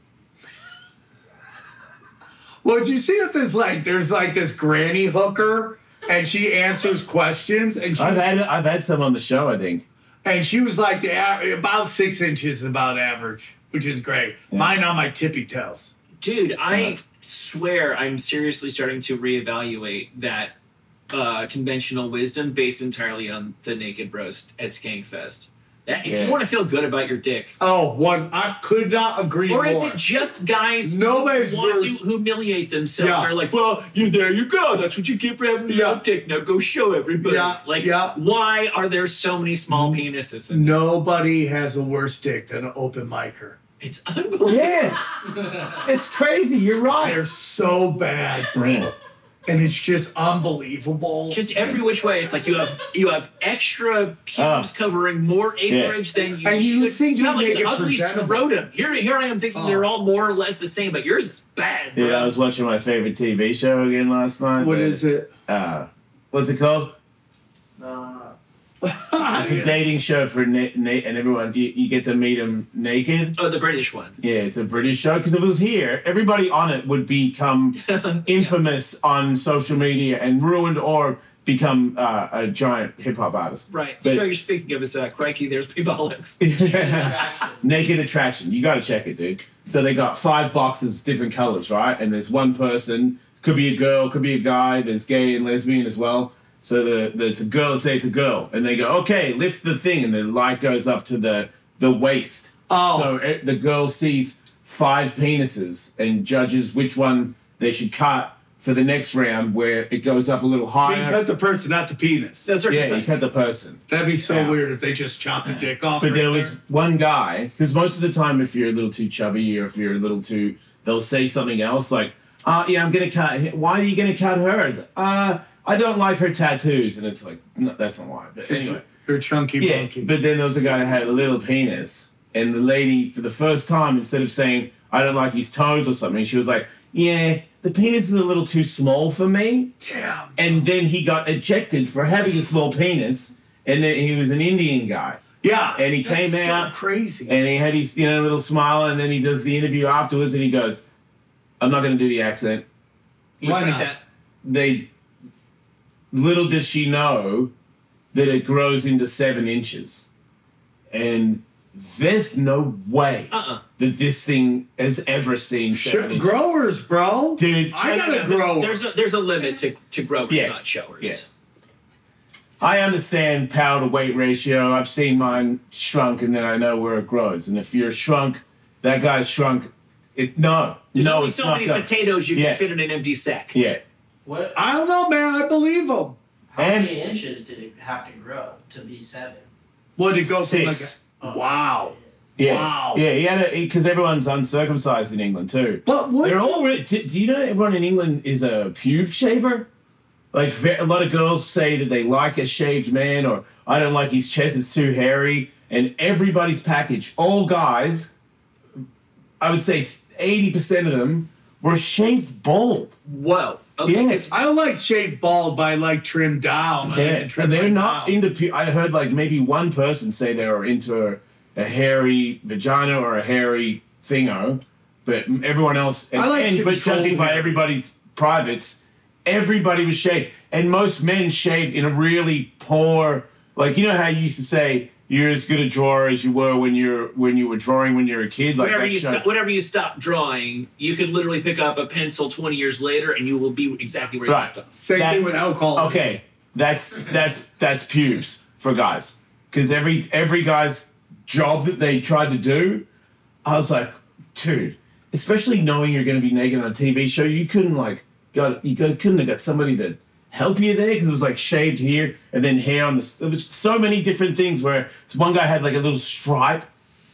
S5: Well, do you see that there's like there's like this granny hooker, and she answers questions, and she
S3: I've had, I've had some on the show, I think.
S5: and she was like the a- about six inches is about average, which is great. Mine on my tippy toes.
S6: Dude, I
S3: Yeah.
S6: swear I'm seriously starting to reevaluate that uh, conventional wisdom based entirely on the naked roast at Skankfest. That, if
S3: Yeah.
S6: you want to feel good about your dick,
S5: Oh, one I could not agree
S6: or
S5: more.
S6: is it just guys
S5: Nobody's
S6: who want
S5: worth-
S6: to humiliate themselves?
S5: Yeah.
S6: Are like, well, you there you go. That's what you get for having a
S5: Yeah.
S6: little dick. Now go show everybody.
S5: Yeah,
S6: Like,
S5: yeah. Mm.
S6: why are there so many small penises? In
S5: Nobody has a worse dick than an open micer.
S6: It's unbelievable.
S3: Yeah. it's crazy. You're right.
S5: They're so bad.
S3: Yeah.
S5: and it's just unbelievable.
S6: Just every which way, it's like you have you have extra pubes
S3: Ah.
S6: covering more acreage than you
S5: And you
S6: should.
S5: think
S6: have
S5: you'd
S6: like
S5: make
S6: an
S5: it
S6: ugly
S5: presentable. Oh.
S6: scrotum. Here, here I am thinking they're all more or less the same, but yours is bad. Bro.
S3: Dude, I was watching my favorite TV show again last night.
S5: what
S3: the-
S5: is it?
S3: Uh, what's it called? It's a dating show for Nate, Nate and everyone. You, you get to meet him naked.
S6: Oh, the British one.
S3: Yeah, it's a British show. Because if it was here, everybody on it would become infamous on social media and ruined or become uh, a giant hip hop artist.
S6: Right. The
S3: But-
S6: show you're speaking of is uh, Crikey, there's Peabolics.
S3: Naked Attraction. You gotta check it, dude. So they got five boxes, different colors, right? And there's one person, could be a girl, could be a guy, there's gay and lesbian as well. So the, the it's a girl, say it's a girl. And they go, okay, lift the thing, and the light goes up to the, the waist.
S5: Oh.
S3: So it, the girl sees five penises and judges which one they should cut for the next round where it goes up a little
S5: I
S3: higher.
S5: mean, cut the person, not the penis.
S6: That's
S3: yeah, you cut the person.
S5: That'd be so
S3: Yeah.
S5: weird if they just chopped the dick off.
S3: But
S5: right
S3: there was one guy, because most of the time, if you're a little too chubby or if you're a little too, they'll say something else like, uh, yeah, I'm going to cut. hi- Why are you going to cut her? Uh, I don't like her tattoos. And it's like, no, that's not why. But
S5: there.
S3: anyway.
S5: You're chunky
S3: Yeah.
S5: monkey.
S3: But then there was a guy that had a little penis. And the lady, for the first time, instead of saying, I don't like his toes or something, she was like, yeah, the penis is a little too small for me
S5: Damn.
S3: and then he got ejected for having a small penis, and then he was an Indian guy.
S5: Yeah.
S3: And he
S5: that's
S3: came
S5: so
S3: out
S5: crazy.
S3: and he had his you know little smile, and then he does the interview afterwards, and he goes, "I'm not going to do the accent."
S5: Why
S6: Respect
S5: not?
S6: that.
S3: They little does she know that it grows into seven inches, and there's no way
S6: Uh-uh.
S3: that this thing has ever seen
S5: Sure,
S3: seven inches.
S5: growers, bro.
S3: Dude,
S5: I got a
S6: No, no,
S5: grower.
S6: There's a, there's a limit to, to growers,
S3: Yeah.
S6: not showers.
S3: Yeah. I understand power to weight ratio. I've seen mine shrunk, and then I know where it grows. And if you're shrunk, that guy's shrunk. It no,
S6: There's
S3: no,
S6: only
S3: it's
S6: so
S3: not
S6: many
S3: good.
S6: potatoes you
S3: Yeah.
S6: can fit in an empty sack.
S3: Yeah,
S5: I don't know, man. I believe him.
S7: How
S3: And-
S7: many inches did it have to grow to be seven?
S5: What did it go
S3: Six.
S5: from? Like a, Oh. wow.
S3: yeah,
S5: Wow.
S3: yeah. He had it because everyone's uncircumcised in England too.
S5: But what?
S3: They're all. Re- do, do you know everyone in England is a pube shaver? Like ve- a lot of girls say that they like a shaved man, or I don't like his chest; it's too hairy. And everybody's package, all guys, I would say eighty percent of them were shaved bald.
S6: Whoa. Okay.
S3: Yes,
S5: I don't like shaved bald, but I like trimmed down. I like
S3: yeah.
S5: to trim
S3: and they're
S5: mine
S3: not
S5: down.
S3: into. Pu- I heard like maybe one person say they were into a, a hairy vagina or a hairy thingo, but m- everyone else. And,
S5: I like
S3: and
S5: to
S3: but
S5: control
S3: judging by
S5: hair.
S3: everybody's privates, everybody was shaved, and most men shaved in a really poor. Like you know how you used to say you're as good a drawer as you were when you're when you were drawing when you were a kid. Like
S6: Whenever
S3: that
S6: you
S3: show-
S6: stop, whenever you stop drawing, you could literally pick up a pencil 20 years later, and you will be exactly where you
S3: Right.
S6: left off.
S5: Same
S3: that-
S5: thing with alcohol.
S3: Okay, that's that's that's pubes for guys. Because every every guy's job that they tried to do, I was like, dude. Especially knowing you're going to be naked on a TV show, you couldn't like got you got, couldn't have got somebody to help you there because it was like shaved here and then hair on the. s- There was so many different things where one guy had like a little stripe,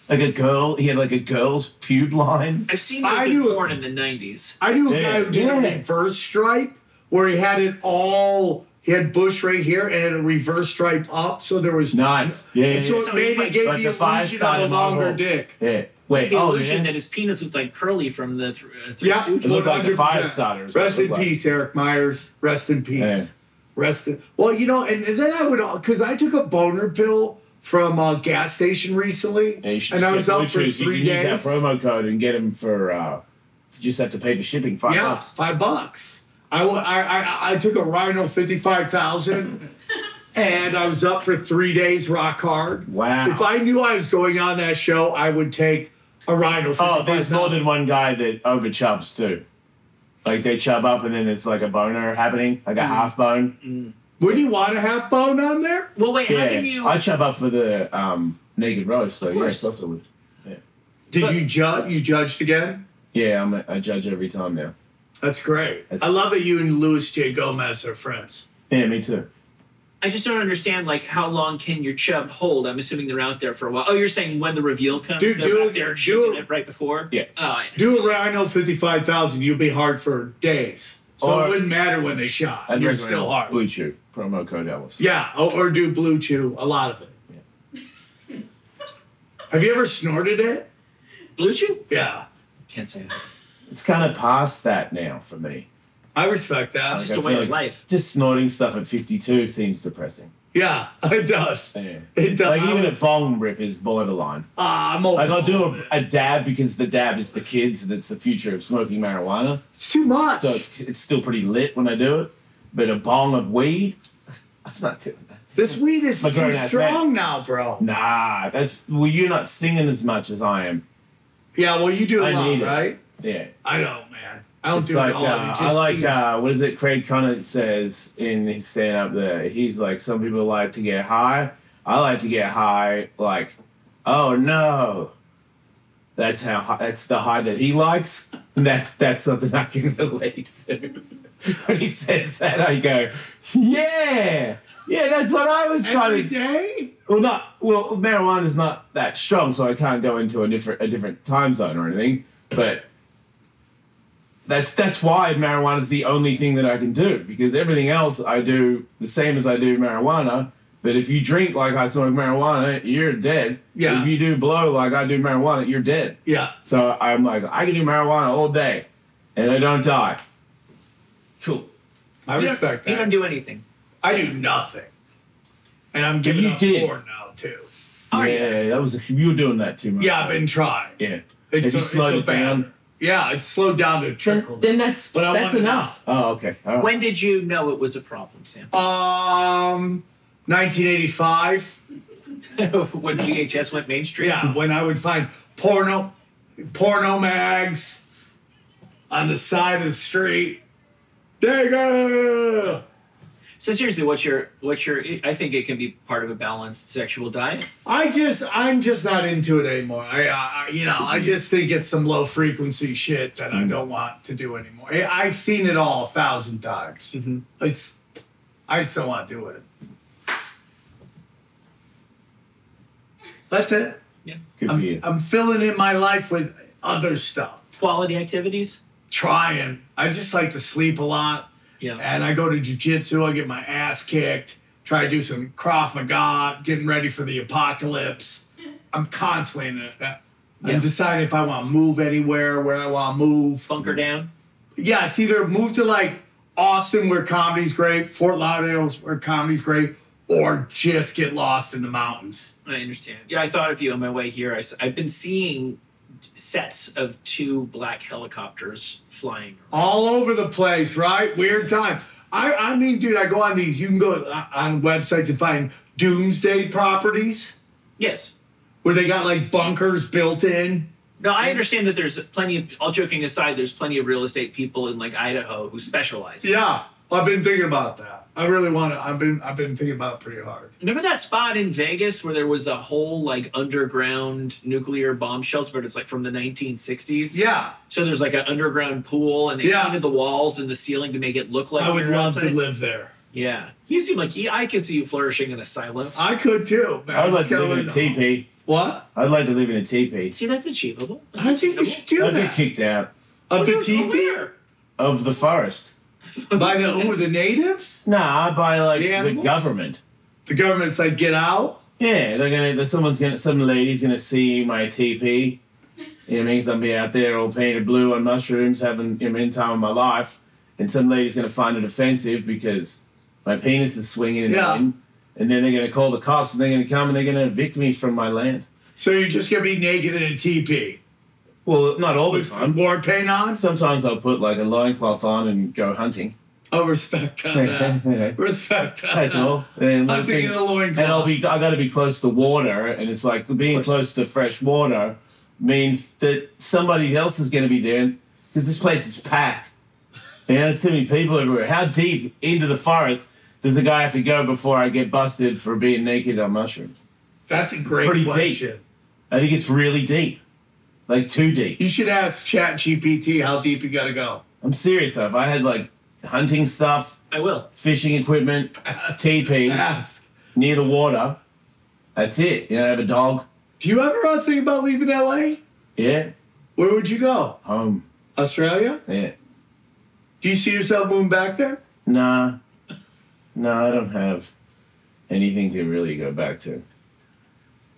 S3: like a girl. He had like a girl's pube line.
S6: I've seen
S5: I
S6: those in
S5: do-
S6: porn in the 90s.
S5: I knew a
S3: Yeah,
S5: guy who did
S3: yeah.
S5: a reverse stripe where he had it all. He had bush right here and had a reverse stripe up, so there was
S3: Nice. Yeah, yeah,
S5: So
S3: yeah.
S5: it maybe gave
S3: Like
S5: the,
S3: the five
S5: illusion of a
S3: sided
S5: longer
S3: marble.
S5: dick.
S3: Yeah. Wait.
S6: The
S3: oh,
S6: illusion
S3: yeah.
S6: that his penis looked like curly from the th- uh, Three
S5: Yeah,
S6: Stooges.
S3: It looks like the
S5: 100%.
S3: fire starters.
S5: Rest in
S3: Look like-
S5: peace, Eric Myers. Rest in peace.
S3: Yeah.
S5: Rest in. Well, you know, and, and then I would because I took a boner pill from a gas station recently,
S3: Yeah, you should
S5: and I
S3: ship
S5: was out
S3: Blue
S5: for
S3: Chews.
S5: three
S3: you can Use
S5: days.
S3: that promo code and get them for uh, you just have to pay for shipping five
S5: yeah,
S3: bucks.
S5: five bucks. I, wa- I, I, I took a Rhino fifty five thousand, and I was up for three days, rock hard.
S3: Wow.
S5: If I knew I was going on that show, I would take a Rhino.
S3: Oh, there's more
S5: 55,000.
S3: than one guy that overchubs too. Like they chub up and then it's like a boner happening,
S5: Mm.
S3: like a half bone.
S5: Wouldn't you want a half bone on there?
S6: Well, wait, Mm. how
S3: Yeah,
S6: can you?
S3: I chub up for the um, naked roast. So yeah,
S6: course.
S3: of course I would.
S5: Did you judge? You judged again?
S3: Yeah, I'm a, I judge every time now.
S5: That's great.
S3: That's-
S5: I love that you and Luis J. Gomez are friends.
S3: Yeah, me too.
S6: I just don't understand, like, how long can your chub hold? I'm assuming they're out there for a while. Oh, you're saying when the reveal comes,
S5: Dude,
S6: they're
S5: do
S6: out
S5: it-
S6: there
S5: do
S6: shooting
S5: it.
S6: it right before?
S3: Yeah.
S6: Oh, I
S5: Do a Rhino 55,000, you'll be hard for days. So
S3: Or-
S5: it wouldn't matter when they shot.
S3: I'd
S5: You're
S3: recommend
S5: still hard.
S3: Blue Chew, promo code Ellis.
S5: Yeah, or, or do blue chew. A lot of it. Have you ever snorted it?
S6: Blue Chew?
S5: Yeah,
S6: Can't say that.
S3: It's kind of past that now for me.
S5: I respect that.
S6: It's just a
S3: I
S6: way
S3: feel
S6: of life.
S3: Just snorting stuff at 52 seems depressing.
S5: Yeah, it does.
S3: Yeah.
S5: It does.
S3: Like
S5: I
S3: even a
S5: was-
S3: bong rip is borderline.
S5: Ah, I'm over
S3: Like I'll do
S5: all of
S3: a,
S5: it.
S3: a dab because the dab is the kids and it's the future of smoking marijuana.
S5: It's too much.
S3: So it's, it's still pretty lit when I do it. But a bong of weed, I'm not doing that.
S5: this weed is
S3: My
S5: too
S3: grown-ass
S5: strong now, bro.
S3: Nah, that's well, you're not stinging as much as I am.
S5: Yeah, well, you do a
S3: I
S5: lot,
S3: need it.
S5: right?
S3: Yeah.
S5: I don't, man. I don't
S3: It's
S5: do
S3: like
S5: it all.
S3: uh,
S5: It just
S3: I like
S5: seems-
S3: uh, what is it? Craig Conant says in his stand up there. He's like, some people like to get high. I like to get high. Like, oh no, that's how high, that's the high that he likes. And that's that's something I can relate to. when he says that, I go, yeah, yeah, that's what I was
S5: every
S3: trying to.
S5: day.
S3: Well, not well. Marijuana is not that strong, so I can't go into a different a different time zone or anything. But that's that's why marijuana is the only thing that I can do because everything else I do the same as I do marijuana. But if you drink like I smoke marijuana, you're dead.
S5: Yeah.
S3: If you do blow like I do marijuana, you're dead.
S5: Yeah,
S3: So I'm like, I can do marijuana all day, and I don't die. Cool.
S5: I
S6: You
S5: respect
S6: don't, you
S5: that.
S6: don't do anything.
S5: I do nothing, and I'm giving
S3: you
S5: up
S3: did.
S5: porn now too.
S6: Are you?
S3: yeah, that was you were doing that too much.
S5: Oh, Yeah, I've been trying.
S3: Yeah.
S5: It's
S3: if
S5: a-
S3: you slowed
S5: it's a
S3: it down.
S5: bad- Yeah, it's slowed down to trickle.
S3: Then, then that's
S5: But I
S3: that's
S5: want
S3: enough. Oh, okay. All right.
S6: When did you know it was a problem, Sam?
S5: Uh, Um, 1985.
S6: when VHS went mainstream?
S5: Yeah, when I would find porno, porno mags on the side of the street. Digger.
S6: So seriously, what's your what's your? I think it can be part of a balanced sexual diet.
S5: I just, I'm just not into it anymore. I, I, you know, I just think it's some low frequency shit that I don't want to do anymore. I, I've seen it all a thousand times. It's, I just don't want to do it. That's it.
S3: Could
S5: I'm,
S3: be it.
S5: I'm filling in my life with other stuff.
S6: Quality activities.
S5: Trying. I just like to sleep a lot,
S6: Yeah.
S5: and I go to jujitsu. I get my ass kicked. Try to do some Krav Maga, getting ready for the apocalypse. I'm constantly in it. Uh, I'm
S6: Yeah.
S5: deciding if I want to move anywhere, where I want to move.
S6: Bunker down.
S5: Yeah, it's either move to like Austin where comedy's great, Fort Lauderdale's where comedy's great, or just get lost in the mountains.
S6: I understand. Yeah, I thought of you on my way here. I, have been seeing sets of two black helicopters flying.
S5: all over the place, right? Weird times. I, I mean, dude, I go on these. You can go on- on websites and find doomsday properties
S6: Yes.
S5: where they got like bunkers built in.
S6: No, I understand that there's plenty of. All joking aside, there's plenty of real estate people in like Idaho who specialize.
S5: Yeah, I've been thinking about that. I really want to. I've been I've been thinking about it pretty hard.
S6: Remember that spot in Vegas where there was a whole like underground nuclear bomb shelter, but it's like from the 1960s.
S5: Yeah,
S6: So there's like an underground pool, and they
S5: Yeah.
S6: painted the walls and the ceiling to make it look like.
S5: I would
S6: you're
S5: love to
S6: outside.
S5: live there.
S6: Yeah, you seem like you- I could see you flourishing in a silo.
S5: I could too. man.
S3: I would like
S5: Just
S3: to
S5: gotta
S3: live in a
S5: live in a-
S3: teepee.
S5: What?
S3: I'd like to live in a teepee.
S6: See, that's achievable.
S5: I think you should do
S3: I'd get
S5: that.
S3: kicked out
S5: Of the
S6: Well,
S5: teepee
S6: where?
S3: of the forest.
S5: by the ooh, the natives.
S3: Nah, by like
S5: The
S3: the,
S5: animals?
S3: government.
S5: The government's like, get out.
S3: Yeah, they're gonna. that Someone's gonna. Some lady's gonna see my teepee. You know what I mean? 'Cause I'll be out there all painted blue on mushrooms, having you know, in time of my life, and some lady's gonna find it offensive because my penis is swinging in the
S5: Yeah.
S3: wind. And then they're gonna call the cops, and they're gonna come, and they're gonna evict me from my land.
S5: So you're just gonna be naked in a teepee
S3: Well, not all the
S5: with
S3: time.
S5: war paint on.
S3: Sometimes I'll put like a loincloth on and go hunting.
S5: Oh, respect on that. respect on
S3: That's
S5: that.
S3: all. And
S5: I'm
S3: the
S5: thinking of the
S3: and
S5: loincloth.
S3: I'll be I gotta be close to water and it's like being close to fresh water means that somebody else is gonna be there because this place is packed. And there's too many people everywhere. How deep into the forest does the guy have to go before I get busted for being naked on mushrooms?
S5: That's a great
S3: Pretty
S5: question.
S3: deep. I think it's really deep. Like too deep.
S5: You should ask Chat GPT how deep you gotta go.
S3: I'm serious though. If I had like hunting stuff,
S6: I will.
S3: fishing equipment, TP,
S5: Ask.
S3: near the water. That's it. You don't have a dog.
S5: Do you ever uh, think about leaving LA?
S3: Yeah.
S5: Where would you go?
S3: Home. Eh,
S5: Australia?
S3: Yeah.
S5: Do you see yourself moving back there?
S3: Nah. Nah, I don't have anything to really go back to.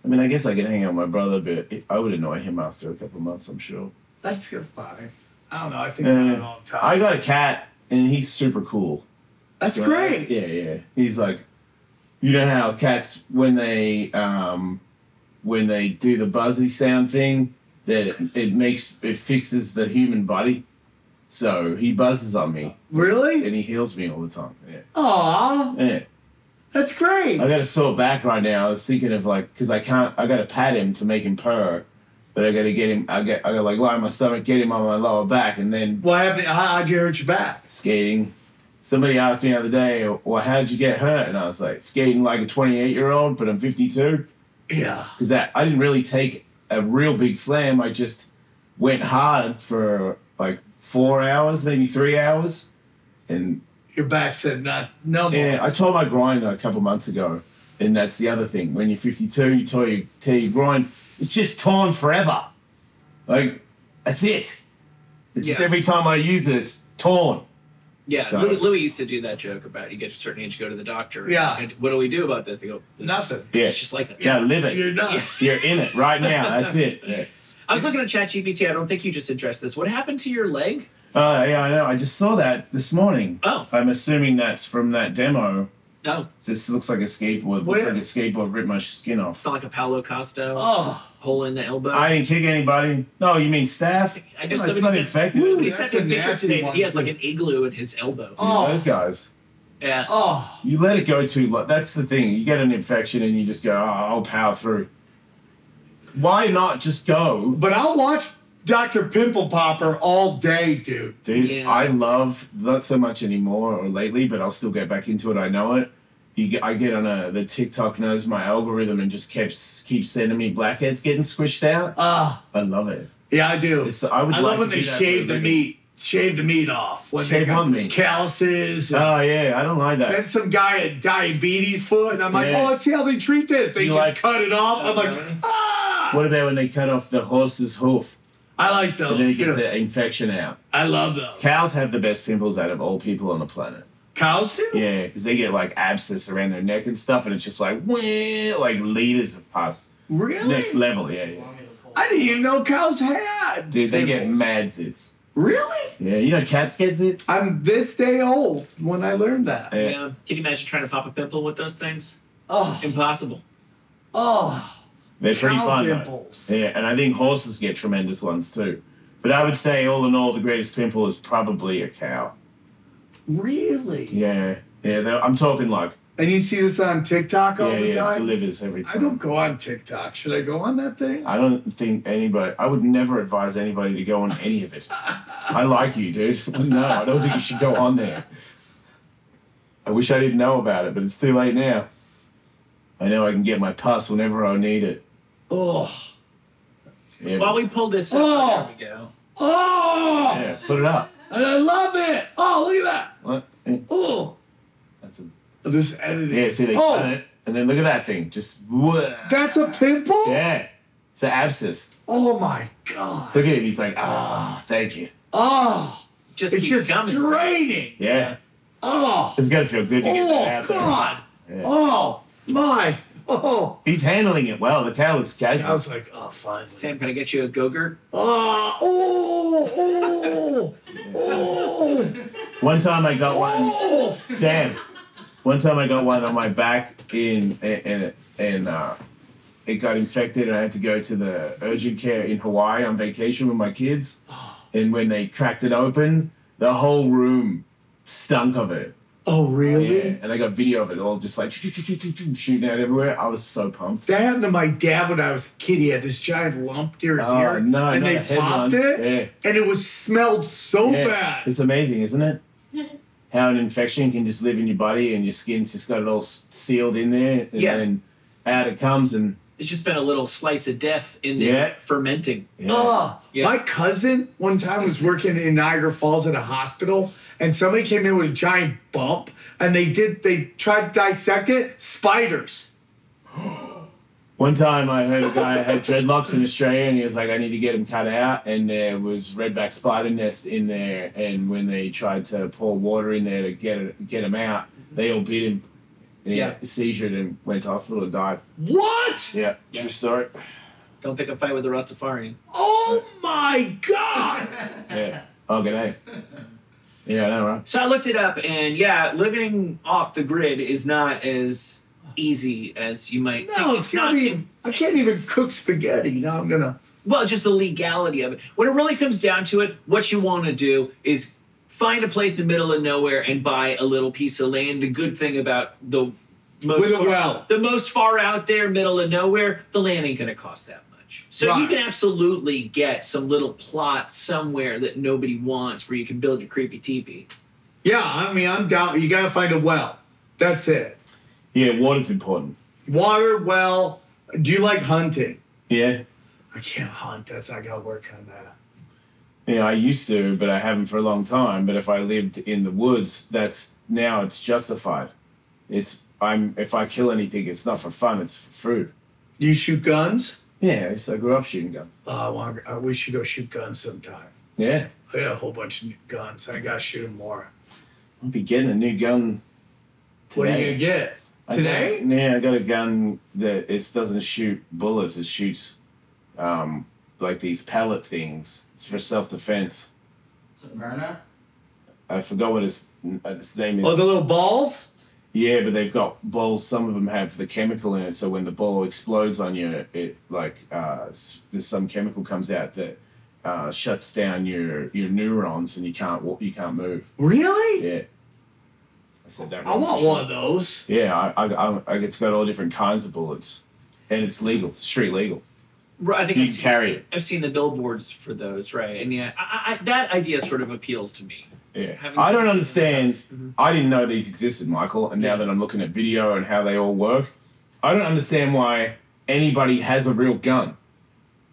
S3: I mean, I guess I could hang out with my brother, but it- I would annoy him after a couple months, I'm sure.
S5: That's good, fine. I don't know. I think I'm
S3: Uh,
S5: on
S3: I
S5: top.
S3: got a cat, and he's super cool.
S5: That's
S3: So
S5: great.
S3: Yeah, yeah. He's like, you know how cats when they um, when they do the buzzy sound thing, that it makes it fixes the human body. So he buzzes on me,
S5: Really?
S3: and he heals me all the time. Yeah.
S5: Oh.
S3: Eh.
S5: Aw,
S3: Yeah.
S5: that's great.
S3: I got a sore back right now. I was thinking of like, because I can't, I got to pat him to make him purr, but I got to get him, I got, I got to like lie on my stomach, get him on my lower back, and then
S5: What happened? How, how'd you hurt your back?
S3: skating. Somebody asked me the other day, well, how'd you get hurt? And I was like, skating like a 28 year old, but I'm 52.
S5: Yeah.
S3: Because that, I didn't really take a real big slam. I just went hard for like four hours, maybe three hours. And
S5: Your back said not no more.
S3: yeah, I tore my groin a couple months ago, and that's the other thing. When you're 52, you tore your tear your groin. It's just torn forever. Like that's it. It's just
S6: Yeah.
S3: every time I use it, it's torn.
S6: Yeah,
S3: So-
S6: Louis, Louis used to do that joke about you get to a certain age, you go to the doctor.
S5: Yeah.
S6: And what do we do about this? They go,
S5: Nothing.
S3: Yeah,
S6: it's just like that.
S3: yeah, live
S5: You're
S3: it.
S5: done.
S3: You're in it right now. That's it. Yeah.
S6: I was looking at ChatGPT. I don't think you just addressed this. What happened to your leg?
S3: Uh, yeah, I know. I just saw that this morning.
S6: Oh.
S3: I'm assuming that's from that demo.
S6: No,
S3: This looks like a skateboard.
S5: Where-
S3: Looks like a skateboard ripped my skin off.
S6: it's not like a Paolo Costa
S5: Oh,
S6: hole in the elbow.
S3: I didn't kick anybody. No, you mean staff?
S6: I just
S3: it's
S6: somebody
S3: not
S6: said-
S3: infected.
S6: Somebody
S5: that's
S6: sent me a
S5: a
S6: picture
S5: nasty
S6: today that
S5: one,
S6: he has
S5: too.
S6: like an igloo in his elbow.
S5: Oh.
S3: Those guys.
S6: Yeah.
S5: oh,
S3: You let it go too long. That's the thing. You get an infection and you just go, oh, I'll power through. Why not just go?
S5: but I'll watch Dr. Pimple Popper all day, dude.
S3: Dude,
S6: Yeah.
S3: I love not so much anymore or lately, but I'll still get back into it. I know it. You get, I get on a the TikTok knows my algorithm and just keeps keeps sending me blackheads getting squished out.
S5: Ah,
S3: I love it.
S5: yeah, I do.
S3: It's- I would like
S5: love
S3: to
S5: when they
S3: do that
S5: shave
S3: for a
S5: the
S3: living.
S5: meat, shave the meat off. When they
S3: Shave
S5: got
S3: on me.
S5: Calluses. and-
S3: Oh yeah, I don't like that.
S5: Then some guy had diabetes foot, and I'm like,
S3: Yeah.
S5: oh, let's see how they treat this. They
S3: You
S5: just
S3: like-
S5: cut it off. I'm like, ah!
S3: what about when they cut off the horse's hoof
S5: I like
S3: and then you
S5: those.
S3: get
S5: too.
S3: the infection out?
S5: I love those.
S3: Cows have the best pimples out of all people on the planet.
S5: Cows do?
S3: Yeah, because they get like abscess around their neck and stuff, and it's just like, wah, like liters of pus.
S5: Really?
S3: Next level, yeah, yeah.
S7: Want me to pull
S5: I didn't even know cows had.
S3: Dude, they get
S5: pimples.
S3: mad zits.
S5: Really?
S3: Yeah, you know cats get zits?
S5: I'm this day old when I learned that.
S6: yeah. Can you imagine trying to pop a pimple with those things?
S5: Oh,
S6: Impossible.
S5: oh.
S3: They're pretty
S5: Cow
S3: fun. though.
S5: pimples.
S3: Yeah, and I think horses get tremendous ones too. But I would say, all in all, the greatest pimple is probably a cow.
S5: Really?
S3: Yeah, yeah. they're- I'm talking like
S5: And you see this on TikTok all
S3: yeah,
S5: Oh, the
S3: yeah,
S5: time?
S3: delivers every
S5: I
S3: time.
S5: don't go on TikTok. Should I go on that thing?
S3: I don't think anybody. I would never advise anybody to go on any of it. I like you, dude. No, I don't think you should go on there. I wish I didn't know about it, but it's too late now. I know I can get my pus whenever I need it.
S5: Oh.
S3: Yeah,
S6: While we pull this up,
S5: Oh.
S6: there we go.
S5: Oh!
S3: yeah, put it up.
S5: And I love it. Oh, look at
S3: What? Yeah,
S5: that. Oh.
S3: That's a,
S5: This editing.
S3: yeah see, they
S5: Oh.
S3: cut it, and then look at that thing. Just wha-
S5: That's a pimple?
S3: yeah, it's an abscess.
S5: Oh my god.
S3: Look at him. He's like, ah, thank you.
S5: Oh.
S6: Just
S5: It's
S6: keeps
S5: just
S6: coming.
S5: draining.
S3: Yeah,
S5: Oh.
S3: it's gonna feel good to get that
S5: Oh
S3: out there.
S5: god.
S3: Yeah.
S5: Oh my. Oh.
S3: He's handling it well. The cow looks casual.
S5: I was like, oh fine.
S6: Sam, can I get you a Go-Gurt?
S5: Oh, oh, oh,
S3: One time I got one.
S5: oh.
S3: Sam, one time I got one on my back in and and uh, it got infected, and I had to go to the urgent care in Hawaii on vacation with my kids. And when they cracked it open, the whole room stunk of it.
S5: Oh, really?
S3: Yeah, and I got video of it all just like shooting out everywhere. I was so pumped.
S5: That happened to my dad when I was a kid. He had this giant lump near his
S3: Oh, no,
S5: ear, Uh, and
S3: not
S5: they
S3: a head
S5: popped
S3: lump.
S5: it,
S3: Yeah.
S5: and it was smelled so
S3: Yeah,
S5: bad.
S3: It's amazing, isn't it? How an infection can just live in your body, and your skin's just got it all s- sealed in there, and
S6: Yeah.
S3: then out it comes, and
S6: It's just been a little slice of death in there
S3: Yeah.
S6: fermenting.
S3: yeah.
S5: Oh,
S6: Yeah.
S5: my cousin one time was working in Niagara Falls at a hospital, and somebody came in with a giant bump, and they did they tried to dissect it. Spiders.
S3: One time I heard a guy had dreadlocks in Australia and he was like, I need to get them cut out. And there was redback spider nests in there. And when they tried to pour water in there to get it, get them out, they all bit him. And he
S6: Yeah.
S3: had seizured and went to hospital and died.
S5: What?
S3: Yeah, true story.
S6: Don't pick a fight with a Rastafarian.
S5: Oh my god!
S3: Yeah. Oh, good day. Yeah, I know, right?
S6: So I looked it up, and yeah, living off the grid is not as easy as you might think.
S5: No, it's gotta be. I can't even cook spaghetti. Now I'm gonna.
S6: well, just the legality of it. When it really comes down to it, what you want to do is find a place in the middle of nowhere and buy a little piece of land. The good thing about the most
S5: With a
S6: far,
S5: well.
S6: the most far out there, middle of nowhere, the land ain't going to cost that much. So you
S5: Right.
S6: can absolutely get some little plot somewhere that nobody wants, where you can build your creepy teepee.
S5: Yeah, I mean, I'm down. You gotta find a well. That's it.
S3: Yeah, water's important.
S5: Water, well. Do you like hunting?
S3: Yeah.
S5: I can't hunt. That's I gotta work on that.
S3: Yeah, I used to, but I haven't for a long time. But if I lived in the woods, that's now it's justified. It's I'm if I kill anything, it's not for fun. It's for food.
S5: You shoot guns?
S3: Yeah, I- so I grew up shooting guns.
S5: Oh, I want. I, we should go shoot guns sometime.
S3: Yeah,
S5: I got a whole bunch of guns. I gotta shoot them more.
S3: I'll be getting a new gun
S5: What are you
S3: Today.
S5: gonna get
S3: I
S5: today?
S3: got- yeah, I got a gun that it doesn't shoot bullets. It shoots, um, like these pellet things. It's for self defense.
S7: It's a burner.
S3: I forgot what its, its name is.
S5: Oh, the little balls.
S3: Yeah, but they've got balls. Some of them have the chemical in it, so when the ball explodes on you, it like uh, s- there's some chemical comes out that uh, shuts down your your neurons and you can't walk, you can't move.
S5: Really?
S3: Yeah, I said that.
S5: I
S3: wrong.
S5: want one of those.
S3: Yeah, I, I, I, I- it's got all different kinds of bullets, and it's legal. It's street legal.
S6: Right, I think
S3: You
S6: I've
S3: can
S6: seen-
S3: carry it.
S6: I've seen the billboards for those, right? And yeah, I, I, that idea sort of appeals to me.
S3: Yeah.
S6: Having
S3: I
S6: seen
S3: don't
S6: it
S3: understand.
S6: in the
S3: I didn't know these existed, Michael, and now that I'm looking at video and how they all work, I don't understand why anybody has a real gun.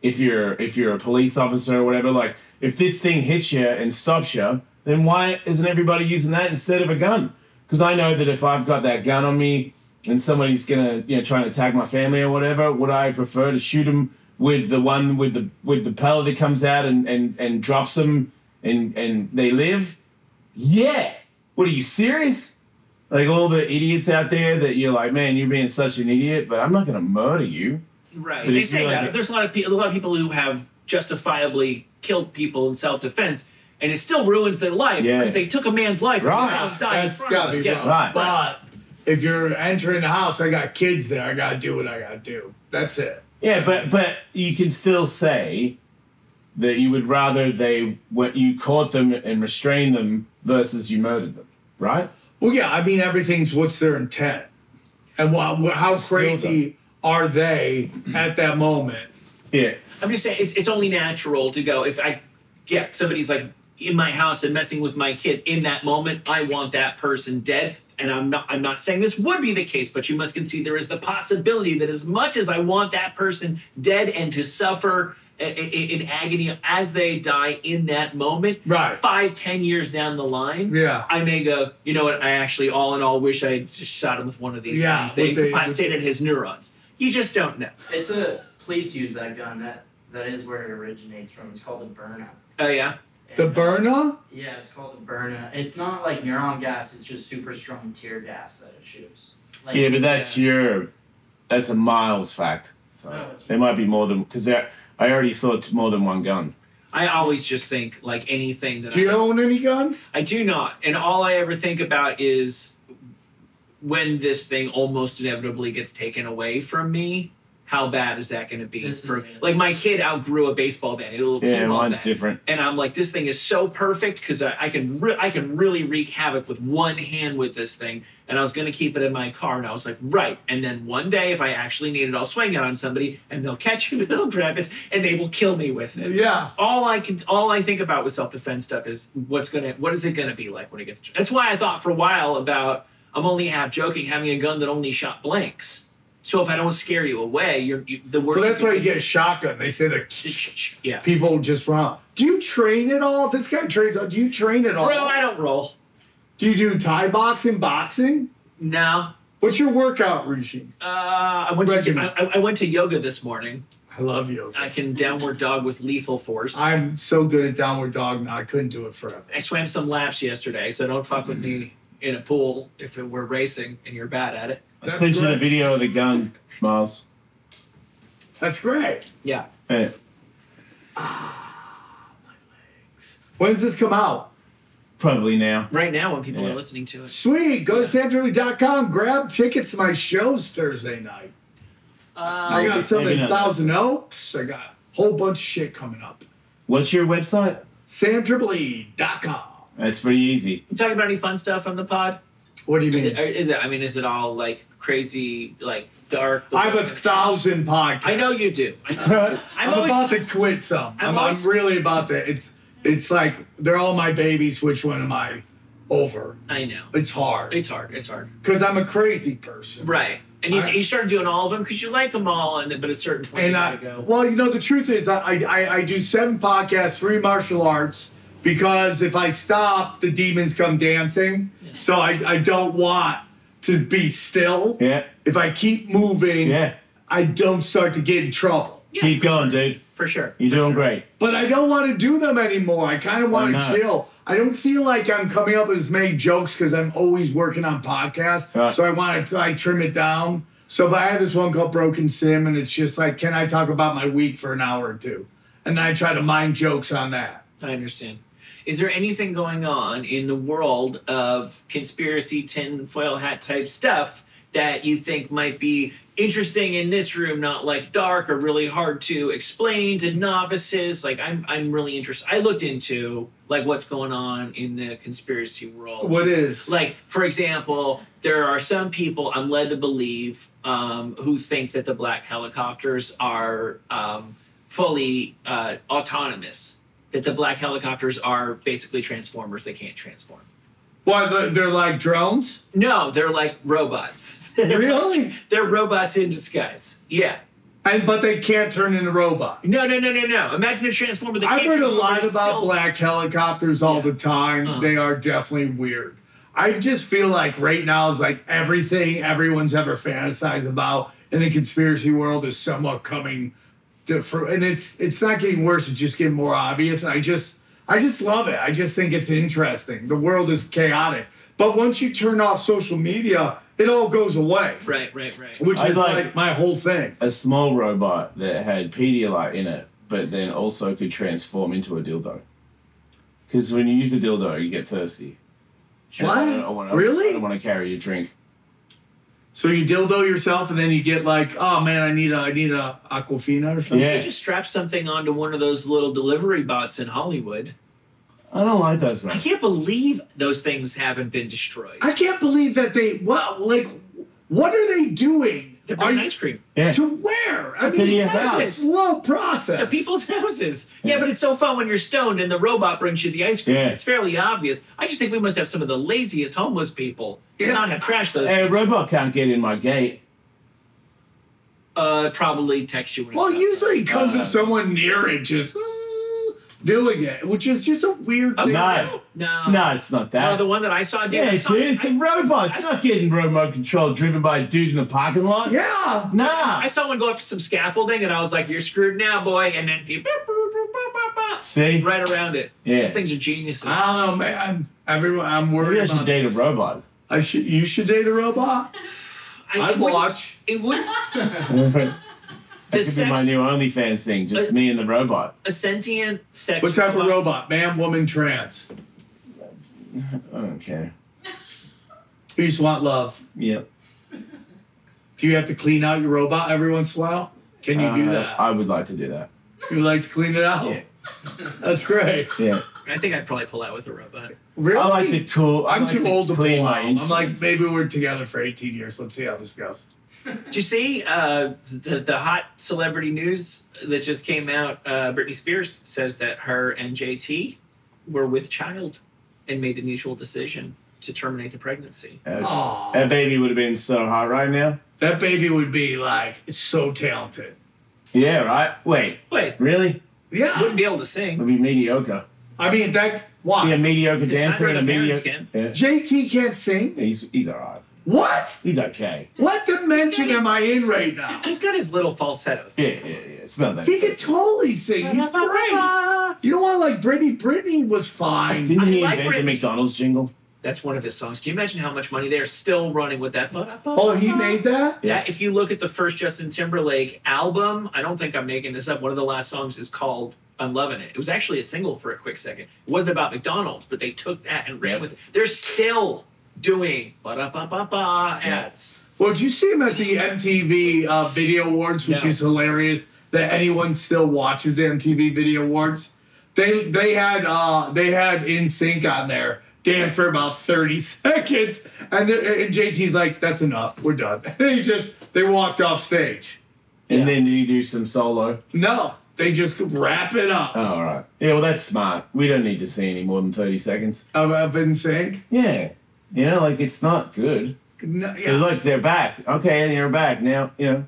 S3: If you're if you're a police officer or whatever, like if this thing hits you and stops you, then why isn't everybody using that instead of a gun? Because I know that if I've got that gun on me and somebody's gonna you know try and attack my family or whatever, would I prefer to shoot them with the one with the with the pellet that comes out and and and drops them and and they live? Yeah. What are you serious? Like all the idiots out there that you're like, man, you're being such an idiot, but I'm not gonna murder you.
S6: Right.
S3: But
S6: They
S3: if
S6: say
S3: you like
S6: that.
S3: it-
S6: There's a lot of people, a lot of people who have justifiably killed people in self-defense, and it still ruins their life
S3: Yeah.
S6: because they took a man's life.
S3: Right.
S6: And his house died in
S5: That's
S6: front of
S5: gotta
S6: them.
S5: be
S6: Yeah.
S5: wrong.
S3: Right.
S5: But if you're entering the house, I got kids there. I gotta do what I gotta do. That's it.
S3: Yeah, but but you can still say that you would rather they what you caught them and restrained them versus you murdered them, right?
S5: Well, yeah. I mean, everything's what's their intent, and what, how
S3: Still
S5: crazy are they at that moment?
S3: Yeah.
S6: I'm just saying it's it's only natural to go if I get somebody's like in my house and messing with my kid in that moment, I want that person dead. And I'm not I'm not saying this would be the case, but you must concede there is the possibility that as much as I want that person dead and to suffer i- i- in agony as they die in that moment
S5: Right.
S6: five ten years down the line
S5: Yeah.
S6: i may go you know what i actually all in all wish i had just shot him with one of these
S5: Yeah,
S6: things they
S5: with the-
S6: incapacitated his neurons you just don't know
S7: It's a police use that gun. That that is where it originates from. It's called a burner.
S6: oh yeah
S5: The
S7: And, uh,
S5: burner?
S7: Yeah, it's called a burner. It's not like neuron gas. It's just super strong tear gas that it shoots. Like,
S3: Yeah, but that's your that's a miles fact. So there might be more than because I already saw t- more than one gun.
S6: I always just think like anything that
S5: Do you
S6: I,
S5: own any guns?
S6: I do not, and all I ever think about is when this thing almost inevitably gets taken away from me. How bad is that going to be?
S7: This is
S6: For
S7: it.
S6: like my kid outgrew a baseball bat, a little
S3: Yeah,
S6: t ball
S3: mine's
S6: bat,
S3: different.
S6: and I'm like, this thing is so perfect because I, I can re- I can really wreak havoc with one hand with this thing. And I was going to keep it in my car, and I was like, right. And then one day, if I actually need it, I'll swing it on somebody, and they'll catch me, they'll grab it, and they will kill me with it
S5: Yeah.
S6: all I can all I think about with self defense stuff is what's gonna what is it gonna be like when it gets. That's why I thought for a while about I'm only half joking having a gun that only shot blanks. So if I don't scare you away, you're you, the worst.
S5: So that's why you get a shotgun. They say the
S6: Yeah.
S5: people just run. Do you train at all? This guy trains. Do you train at all?
S6: Bro, I don't roll.
S5: Do you do Thai boxing, boxing?
S6: No,
S5: What's your workout regime?
S6: Uh, I went to
S5: Regimen.
S6: I, I- I went to yoga this morning.
S5: I love you.
S6: I can downward dog with lethal force. I,
S5: I'm so good at downward dog now. I couldn't do it forever.
S6: swam some laps yesterday, so don't fuck with me in a pool if it, we're racing and you're bad at it.
S5: That's
S3: Sent you the
S5: great.
S3: video of the gun, Miles.
S5: That's great.
S6: Yeah,
S3: Hey,
S5: When does this come out?
S3: probably now.
S6: right now when people
S3: Yeah.
S6: are listening to it.
S5: Sweet. Go to samturley.com. Grab tickets to my shows Thursday night.
S6: Uh,
S5: I got some
S3: maybe
S5: at
S3: not.
S5: Thousand Oaks. I got a whole bunch of shit coming up. E
S3: What's your website?
S5: SamTripoli.com.
S3: That's pretty easy.
S6: You talking about any fun stuff on the pod?
S5: What do you
S6: Is it,
S5: mean?
S6: is it? I mean, is it all like crazy, like dark?
S5: I have a thousand podcasts.
S6: I know you do. I know.
S3: I'm
S6: I'm,
S5: I'm
S6: always
S5: about to quit some. I'm, I'm,
S6: always-
S5: really about to. It's it's like they're all my babies. Which one am I over?
S6: I know.
S5: It's hard
S6: It's hard. It's hard.
S5: because I'm a crazy person.
S6: Right. And you,
S5: I-
S6: you start doing all of them because you like them all, and but at a certain point
S5: And
S6: you
S5: I,
S6: gotta go.
S5: well, you know, the truth is, I, I I- I do seven podcasts, three martial arts, because if I stop, the demons come dancing. So I, I don't want to be still.
S3: Yeah.
S5: If I keep moving,
S3: Yeah.
S5: I don't start to get in trouble.
S6: Yeah,
S3: Keep
S6: for
S3: going,
S6: sure.
S3: dude.
S6: For sure.
S3: You're
S6: For
S3: doing
S6: sure.
S3: great.
S5: But I don't want to do them anymore. I kind of want to
S3: not?
S5: chill. I don't feel like I'm coming up with as many jokes because I'm always working on podcasts.
S3: Right.
S5: So I want to like trim it down. So, but I have this one called Broken Sim, and it's just like, can I talk about my week for an hour or two? And I try to mine jokes on that.
S6: I understand. Is there anything going on in the world of conspiracy tinfoil hat type stuff that you think might be interesting in this room, not like dark or really hard to explain to novices? Like I'm I'm really interested. I looked into like what's going on in the conspiracy world.
S5: What is?
S6: like for example there are some people i'm led to believe um, who think that the black helicopters are um, fully uh, autonomous that the black helicopters are basically transformers they can't transform
S5: Why they're, they're like drones?
S6: no they're like robots
S5: Really?
S6: they're robots in disguise yeah
S5: And but they can't turn into robots.
S6: no no no no no imagine a transformer that
S5: I've
S6: can't
S5: heard a
S6: transform,
S5: lot about
S6: it's still- Uh-huh.
S5: black helicopters all the time. They are definitely weird. I just feel like right now is like everything everyone's ever fantasized about in the conspiracy world is somewhat coming to fru- and it's it's not getting worse, it's just getting more obvious. And I just I just love it. I just think it's interesting. The world is chaotic. But once you turn off social media, it all goes away.
S6: right right right
S5: Which
S3: I
S5: is
S3: like-
S5: like my whole thing.
S3: A small robot that had Pedialyte in it, but then also could transform into a dildo. Because when you use a dildo, you get thirsty. And I don't- I don't wanna- I
S5: Really?
S3: don't want to carry your drink.
S5: So you dildo yourself, and then you get like, oh man, I need a, I need a Aquafina or something.
S6: you
S3: Yeah.
S6: just strap something onto one of those little delivery bots in hollywood
S3: I don't like those,
S6: i
S3: man.
S6: can't believe those things haven't been destroyed
S5: I can't believe that they what like what are they doing?
S6: They're
S5: Are
S6: bringing
S5: you-
S6: ice cream
S3: Yeah.
S5: to where? I
S3: To
S5: mean,
S3: your
S5: it's such a
S3: house.
S5: slow process.
S6: to people's houses. Yeah, but it's so fun when you're stoned and the robot brings you the ice cream.
S3: Yeah.
S6: It's fairly obvious. I just think we must have some of the laziest homeless people to not have trashed those.
S3: Hey, a robot can't get in my gate.
S6: Uh, probably text you. when
S5: well,
S6: it's
S5: usually it comes
S3: Uh,
S5: with someone near it just mm, doing it, which is just a weird
S6: outside.
S5: thing.
S3: No.
S6: no, no.
S3: No, it's not
S6: No,
S3: that.
S6: the Um, one that I saw, dude.
S3: yeah,
S6: I
S3: it's,
S6: saw,
S3: it's a
S6: I,
S3: robot. It's not getting remote control driven by a dude in the parking lot.
S5: Yeah.
S3: Nah.
S6: I saw one go up to some scaffolding, and I was like, "You're screwed now, boy." And then he boop, boop, boop, boop, boop, boop,
S3: See?
S6: right around it.
S3: Yeah.
S6: These things are geniuses.
S5: I don't know, man. Um, Everyone, I'm worried
S3: Maybe I
S5: about
S3: should date a
S5: this.
S3: robot.
S5: I should. You should date a robot.
S6: I,
S5: I'd
S6: it wouldn't-
S5: watch.
S6: It would.
S3: that
S6: The
S3: could be my
S6: sex,
S3: new OnlyFans thing, just
S6: Uh,
S3: me and the robot.
S6: a sentient sex.
S5: What type of robot? Man, woman, trans.
S3: I don't care.
S5: You just want love.
S3: Yep.
S5: Do you have to clean out your robot every once in a while? Can you do
S3: Uh,
S5: that?
S3: I would like to do that.
S5: you like to clean it out?
S3: Yeah.
S5: That's great.
S3: Yeah.
S6: I think I'd probably pull out with a robot.
S5: Really?
S3: I like to cool. I
S5: I'm
S3: like
S5: too
S3: to
S5: old to
S3: clean
S5: pull
S3: my
S5: out. I'm like,
S3: instruments.
S5: maybe we're together for 18 years. Let's see how this goes.
S6: Did you see uh, the the hot celebrity news that just came out? Uh, Britney Spears says that her and JT were with child and made the mutual decision to terminate the pregnancy.
S3: Uh,
S5: Aw.
S3: that baby would have been so hot right now.
S5: That baby would be like so talented.
S3: Yeah. Right. Wait.
S6: Wait,
S3: Really?
S5: Yeah.
S6: wouldn't be able to
S3: It'd
S6: sing.
S3: be mediocre.
S5: I mean, that why?
S3: Be a mediocre
S6: It's not
S3: dancer
S6: where
S3: and a
S6: the parents
S3: mediocre.
S6: can.
S3: Yeah.
S5: JT can't sing.
S3: He's he's alright.
S5: What?
S3: He's okay.
S5: What dimension am I in right now?
S6: He's got his little falsetto.
S3: Yeah, yeah, yeah. It's not that.
S5: He could totally sing. He's great. You know what? Like Britney. Britney was fine.
S3: Didn't
S6: I
S3: he
S6: like
S3: invent the
S6: Britney.
S3: McDonald's jingle?
S6: That's one of his songs. Can you imagine how much money they're still running with that?
S5: Oh, he made that.
S6: Yeah, if you look at the first Justin Timberlake album, I don't think I'm making this up. One of the last songs is called I'm Loving It. It was actually a single for a quick second. It wasn't about McDonald's, but they took that and ran with it. They're still doing ba da ba ba ba ads.
S5: Well, did you see him at the MTV uh, Video Awards, which
S6: No.
S5: is hilarious that anyone still watches the MTV Video Awards. They they had uh, they had In Sync on there dance for about thirty seconds, and, the, and JT's like, "That's enough, we're done." they just they walked off stage.
S3: And then did he do some solo?
S5: No, they just wrap it up.
S3: Oh, all right. Yeah, well, that's smart. We don't need to see any more than 30 seconds.
S5: Of of In Sync.
S3: Yeah. You know, like, it's not good.
S5: No,
S3: But
S5: yeah.
S3: look, they're back. Okay, they're back. Now, you know,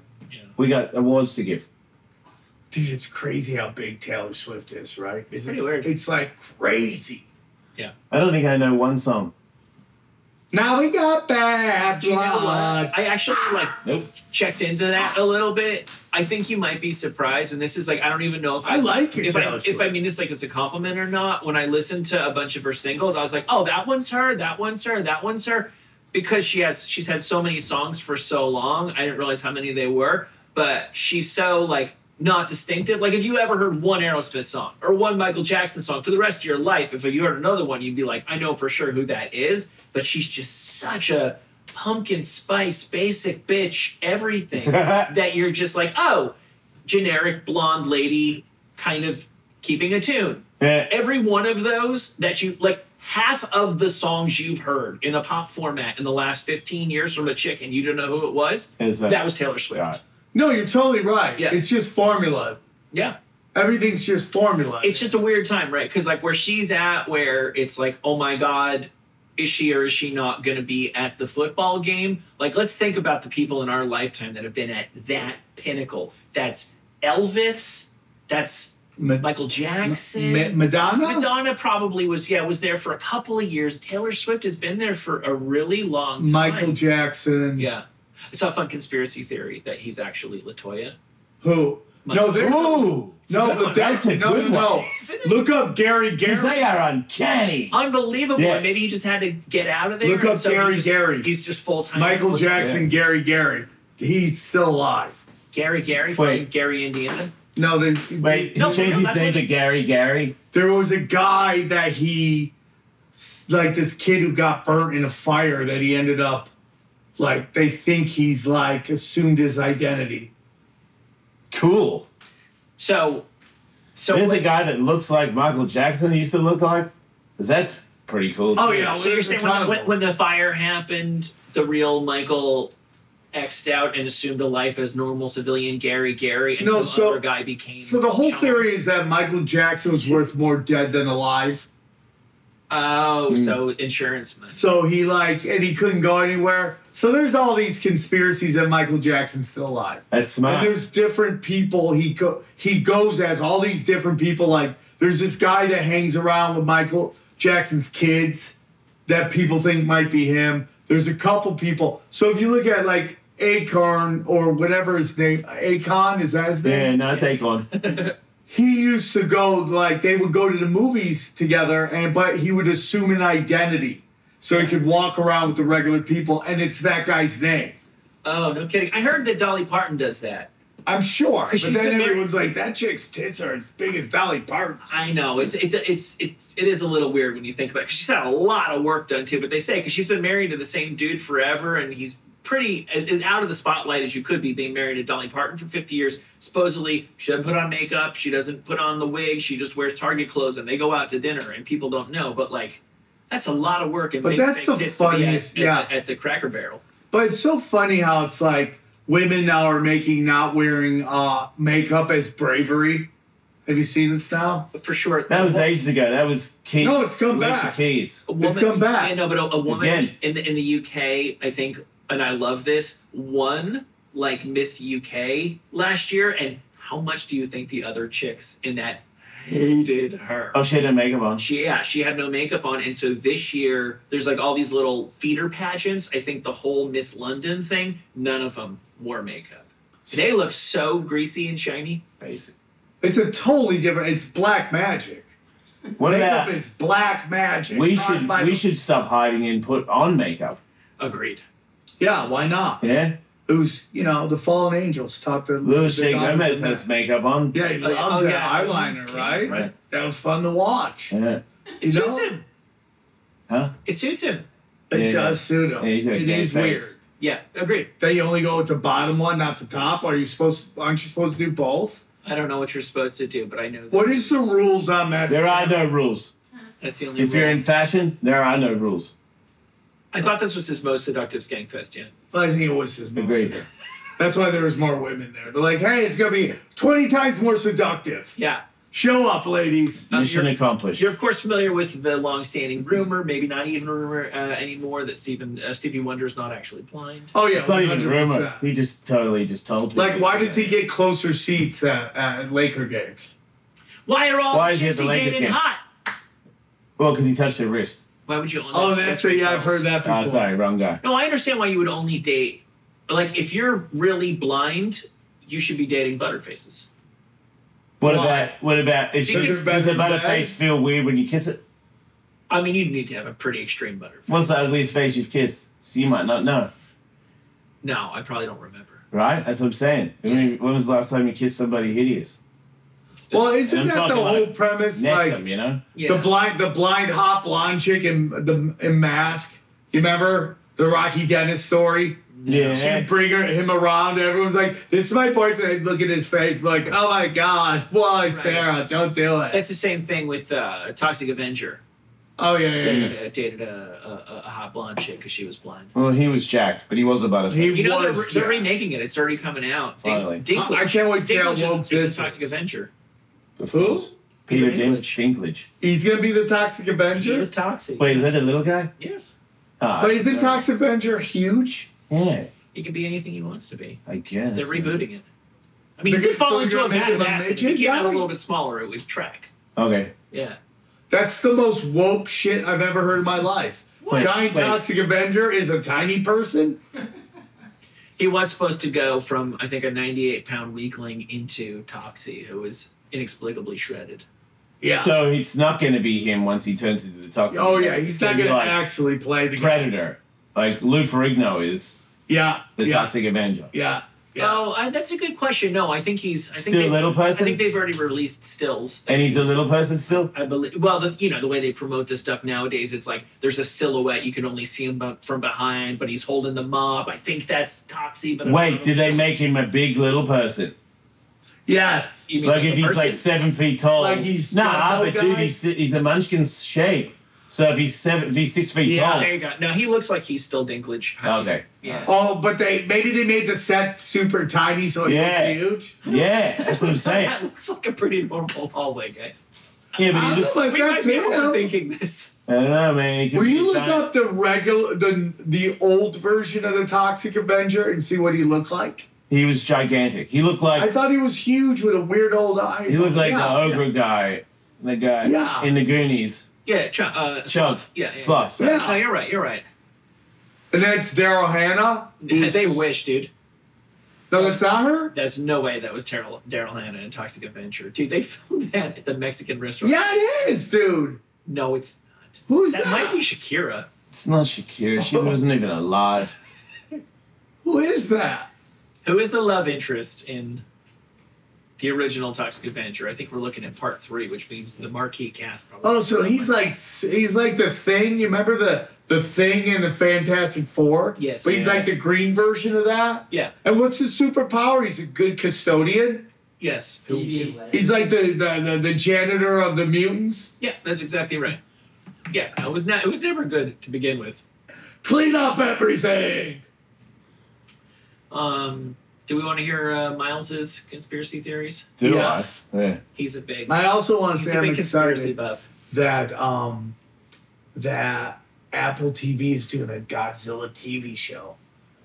S3: we got awards to give.
S5: Dude, it's crazy how big Taylor Swift is, right? It's
S6: pretty weird.
S5: It's like crazy.
S3: I don't think I know one song.
S5: Now we got bad
S6: You know what?
S5: blood.
S6: I actually like
S3: Nope.
S6: checked into that a little bit. I think you might be surprised, and this is like I don't even know if
S5: I like it,
S6: If I,
S5: Taylor
S6: if I
S5: Swift.
S6: mean this like it's a compliment or not. When I listened to a bunch of her singles, I was like, oh, that one's her, that one's her, that one's her, because she has she's had so many songs for so long. I didn't realize how many they were, but she's so like not distinctive. Like if you ever heard one Aerosmith song or one Michael Jackson song for the rest of your life, if you heard another one, you'd be like, I know for sure who that is. But she's just such a pumpkin spice basic bitch everything that you're just like oh generic blonde lady kind of keeping a tune
S3: Yeah.
S6: every one of those that you like half of the songs you've heard in the pop format in the last 15 years from a chick and you don't know who it was
S3: Is that-
S6: that was taylor swift
S3: All right.
S5: No, you're totally right.
S6: Yeah.
S5: It's just formula.
S6: yeah
S5: Everything's just formula.
S6: it's just a weird time, right? Because like where she's at, where it's like, oh my god, is she or is she not going to be at the football game? Like, let's think about the people in our lifetime that have been at that pinnacle. That's Elvis. That's
S5: Ma-
S6: Michael Jackson.
S5: Ma- Madonna?
S6: Madonna probably was yeah was there for a couple of years. Taylor Swift has been there for a really long time.
S5: Michael Jackson.
S6: Yeah, I saw a fun conspiracy theory that he's actually Latoya.
S5: Who?
S6: Michael
S5: no, there's
S3: Ooh.
S5: no,
S6: good
S5: but
S6: one.
S5: that's
S3: That's a
S5: no,
S3: good
S5: no,
S3: one.
S5: no. Look up Gary Gary.
S3: Because they are uncanny.
S6: unbelievable.
S3: Yeah.
S6: And Maybe he just had to get out of there.
S5: Look
S6: and
S5: up
S6: so he
S5: Gary
S6: just-
S5: Gary.
S6: He's just full time.
S5: Michael Jackson, Gary Gary. He's still alive.
S6: Gary Gary from
S3: Wait.
S6: Gary, Indiana.
S5: No, there's,
S3: Wait,
S6: No,
S3: he changed his
S6: that's
S3: name
S6: what-
S3: to Gary Gary.
S5: there was a guy that he, like this kid who got burnt in a fire that he ended up, like they think he's like assumed his identity.
S3: Cool.
S6: So, so
S3: There's a
S6: wait,
S3: guy that looks like Michael Jackson used to look like. 'Cause that's pretty cool.
S5: Oh yeah,
S6: so you're
S5: there's a
S6: saying
S5: ton
S6: when,
S5: of
S6: when,
S5: them.
S6: when the fire happened, the real Michael xed out and assumed a life as normal civilian Gary Gary, and
S5: No,
S6: some
S5: so-
S6: other guy became.
S5: So the whole
S6: Sean.
S5: theory is that Michael Jackson was worth more dead than alive.
S6: Oh,
S5: Hmm.
S6: so insurance money.
S5: So he like, and he couldn't go anywhere. So there's all these conspiracies that Michael Jackson's still alive.
S3: That's
S5: And
S3: smart.
S5: there's different people he go he goes as all these different people. Like there's this guy that hangs around with Michael Jackson's kids that people think might be him. There's a couple people. So if you look at like Acorn or whatever his name, Akon is that his name?
S3: Yeah, no, take one.
S5: he used to go like they would go to the movies together and but he would assume an identity so he could walk around with the regular people and it's that guy's name
S6: Oh, no kidding. I heard that Dolly Parton does that.
S5: i'm sure but then
S6: she's been married-
S5: everyone's like that chick's tits are as big as dolly parton's
S6: I know it's it, it's it, it is a little weird when you think about it 'cause she's had a lot of work done too. But they say because she's been married to the same dude forever, and he's pretty as, as out of the spotlight as you could be, being married to Dolly Parton for fifty years. Supposedly, she doesn't put on makeup, she doesn't put on the wig, she just wears Target clothes, and they go out to dinner, and people don't know. But like, that's a lot of work, and
S5: But
S6: big,
S5: that's
S6: big
S5: the
S6: tits to be at-
S5: funniest,
S6: at,
S5: yeah.
S6: at the Cracker Barrel.
S5: but it's so funny how it's like women now are making not wearing uh makeup as bravery have you seen this now
S6: But for sure,
S3: That was ages ago. That was Keys.
S5: No, it's come
S3: Alicia
S5: back.
S3: Keys.
S6: a woman,
S5: It's come back.
S6: I know, but a, a woman
S3: Again.
S6: in the in the UK, I think, and I love this one like Miss UK last year. And how much do you think the other chicks in that hated her.
S5: Uh,
S3: Oh, she had a makeup on.
S6: She yeah, she had no makeup on, and so this year there's like all these little feeder pageants. I think the whole Miss London thing, none of them wore makeup. They look so greasy and shiny.
S3: Basic.
S5: It's a totally different. It's black magic.
S3: What
S5: Makeup
S3: about
S5: is black magic.
S3: we
S5: not
S3: should
S5: by
S3: we
S5: the-
S3: should stop hiding and put on makeup.
S6: Agreed.
S5: Yeah, why not?
S3: Yeah,
S5: It was you know the fallen angels taught their
S3: Luis J.
S5: their daughters
S3: Gomez
S5: and
S3: has
S5: that.
S3: makeup on.
S5: Yeah, he
S6: Oh, yeah.
S5: loves
S6: Oh,
S5: that
S6: yeah.
S5: eyeliner, right?
S3: Right.
S5: That was fun to watch.
S3: yeah.
S5: You
S6: It suits
S5: know?
S6: him.
S3: Huh?
S6: It suits him.
S5: It
S3: Yeah.
S5: does suit him.
S3: Yeah, he's got a
S5: it
S3: gay
S5: is
S3: face.
S5: weird.
S6: Yeah, agreed.
S5: They only go with the bottom one, not the top. Are you supposed? Aren't you supposed to do both?
S6: I don't know what you're supposed to do, but I know.
S5: What is the rules on that?
S3: There are no rules.
S6: That's the only.
S3: If you're
S6: rule.
S3: in fashion, there are no rules.
S6: I thought this was his most seductive skank fest yet.
S5: I think it was his most.
S3: Agreed.
S5: That's why there was more women there. They're like, hey, it's gonna be twenty times more seductive.
S6: Yeah.
S5: Show up, ladies.
S6: Uh,
S3: Mission
S6: you're-
S3: accomplished.
S6: You're of course familiar with the long-standing rumor, maybe not even rumor uh, anymore, that Stephen uh, Stevie Wonder is not actually blind.
S5: Oh yeah,
S3: it's not even a rumor.
S5: 100%.
S3: He just totally just told people.
S5: Like, why does he get closer seats at, at Laker games?
S6: Why are all
S3: Why
S6: the
S3: is he at
S6: chicks
S3: the
S6: he
S3: Lakers
S6: dated
S3: game?
S6: hot?
S3: Well, because he touched her wrist.
S6: Why would you? Own
S5: Oh, that's a, yeah, I've heard that before.
S3: Oh, sorry, wrong guy.
S6: No, I understand why you would only date. Like, if you're really blind, you should be dating butterfaces.
S3: What
S5: Why?
S3: about what about? If she,
S6: Because-
S3: does the butterface feel weird when you kiss it?
S6: I mean, you'd need to have a pretty extreme butterface.
S3: What's the ugliest face you've kissed? So you might not know,
S6: No, I probably don't remember.
S3: right? That's what I'm saying. I mean, when was the last time you kissed somebody hideous?
S5: Well, isn't
S3: I'm
S5: that the
S3: talking about
S5: whole premise?
S3: Neck
S5: like
S3: them, you know.
S6: Yeah.
S5: the blind, the blind hot blonde chick in the in mask. You remember the Rocky Dennis story?
S3: Yeah.
S5: She'd bring her, him around. Everyone's like, "This is my boyfriend." I'd look at his face, be like, "Oh my god, why, Sarah? Don't do it."
S6: That's the same thing with uh, Toxic Avenger.
S5: oh yeah, yeah, yeah.
S6: Dated, uh, dated a, a, a hot blonde chick because she was blind.
S3: Well, he was jacked, but he was a butterface.
S5: He
S6: You know they're,
S5: was
S6: they're
S5: Jack.
S6: remaking it. It's already coming out. Dink-
S3: Finally.
S6: Dinklage.
S5: I- I can't wait to see how
S6: Dinklage is-
S5: woke
S6: is the
S5: this
S6: Toxic
S5: is.
S6: Avenger.
S3: Of
S5: Who?
S3: course. Peter
S6: Peter
S3: Din-
S6: Dinklage.
S3: Dinklage.
S5: He's gonna be the Toxic
S6: He
S5: Avenger.
S6: is toxic.
S3: Wait, is that the little guy?
S6: Yes,
S3: Ah,
S5: But isn't
S3: no.
S5: Toxic Avenger huge?
S3: Yeah,
S6: he can be anything he wants to be.
S3: I guess.
S6: They're rebooting it. I
S5: They're
S6: mean, he did
S5: gonna-
S6: fall
S5: so
S6: into
S5: they're
S6: a
S5: gonna
S6: vat
S5: make him
S6: of
S5: a
S6: acid. If he
S5: midget
S6: came out a
S5: guy?
S6: little bit smaller, it would track.
S3: Okay.
S6: Yeah.
S5: That's the most woke shit I've ever heard in my life.
S3: Wait,
S5: Giant
S3: wait.
S5: Toxic Avenger is a tiny person.
S6: He was supposed to go from, I think, a 98 pound weakling into Toxie, who was inexplicably shredded.
S5: Yeah.
S3: So it's not going to be him once he turns into the toxic.
S5: oh
S3: guy.
S5: yeah, he's
S3: It's
S5: not
S3: gonna be
S5: gonna
S3: like
S5: actually play the game.
S3: Predator. Like Lou Ferrigno is
S5: Yeah.
S3: the
S5: yeah,
S3: Toxic Avenger.
S5: Yeah. Yeah.
S6: Oh, I, that's a good question. No, I think he's. I think
S3: Still a
S6: they-
S3: little person?
S6: I think they've already released stills.
S3: And he's a little person still?
S6: I believe. Well, the, you know the way they promote this stuff nowadays, it's like there's a silhouette you can only see him bu- from behind, but he's holding the mop. I think that's Toxie. But I'm
S3: Wait,
S6: not-
S3: did they make him a big little person?
S5: Yes.
S6: You mean
S3: Like
S6: the
S3: if he's
S6: person?
S3: like seven feet tall.
S5: Like he's
S3: nah,
S5: got no
S3: but dude,
S5: guy?
S3: he's, he's a munchkin shape. So if he's seven, if he's six feet
S5: Yeah,
S3: tall.
S6: There you go. No, he looks like he's still Dinklage.
S3: Okay.
S6: Yeah.
S5: Oh, but they maybe they made the set super tiny so it
S3: Yeah.
S5: looks huge.
S3: Yeah, that's what I'm saying.
S6: That looks like a pretty normal hallway, guys.
S3: Yeah, but
S5: I
S3: he
S5: was
S3: looks.
S5: like,
S6: We
S5: that's
S6: might be
S5: him.
S6: overthinking this.
S3: I don't know, man. He could
S5: Will
S3: be a
S5: you look
S3: giant-
S5: up the regular the the old version of the Toxic Avenger and see what he looked like?
S3: He was gigantic. He looked like
S5: I thought he was huge with a weird old eye.
S3: he looked like uh,
S5: yeah.
S3: the ogre guy, the guy
S5: Yeah.
S3: in the Goonies.
S6: Yeah, Ch- uh,
S3: Chunk.
S6: Yeah, yeah.
S3: Sloth.
S5: Yeah.
S6: No, you're right. You're right.
S5: And that's Daryl Hannah.
S6: they wish, dude.
S5: No, that's not her.
S6: There's no way that was Daryl Daryl Hannah in Toxic Adventure, dude. They filmed that at the Mexican restaurant.
S5: Yeah, it is, dude.
S6: No, it's not.
S5: Who's
S6: that?
S5: that?
S6: Might be Shakira.
S3: It's not Shakira. She wasn't even alive.
S5: Who is that?
S6: Who is the love interest in the original Toxic Adventure? I think we're looking at part three, which means the marquee cast. Probably
S5: Oh, so he's like he's like the thing. You remember the the thing in the Fantastic Four?
S6: Yes.
S5: But he's
S6: Yeah.
S5: like the green version of that.
S6: Yeah.
S5: And what's his superpower? He's a good custodian.
S6: Yes. Who-
S7: Phoebe Waller.
S5: He's like the the, the, the janitor of the mutants.
S6: Yeah, that's exactly right. Yeah, it was not. It was never good to begin with.
S5: Clean up everything.
S6: Um, do we want to hear uh, Miles's conspiracy theories?
S3: Do
S5: Yes.
S3: I? Yeah.
S6: He's a big.
S5: I also want to
S6: He's
S5: say
S6: a
S5: I'm
S6: big conspiracy
S5: excited
S6: buff.
S5: that um that Apple TV is doing a Godzilla TV show.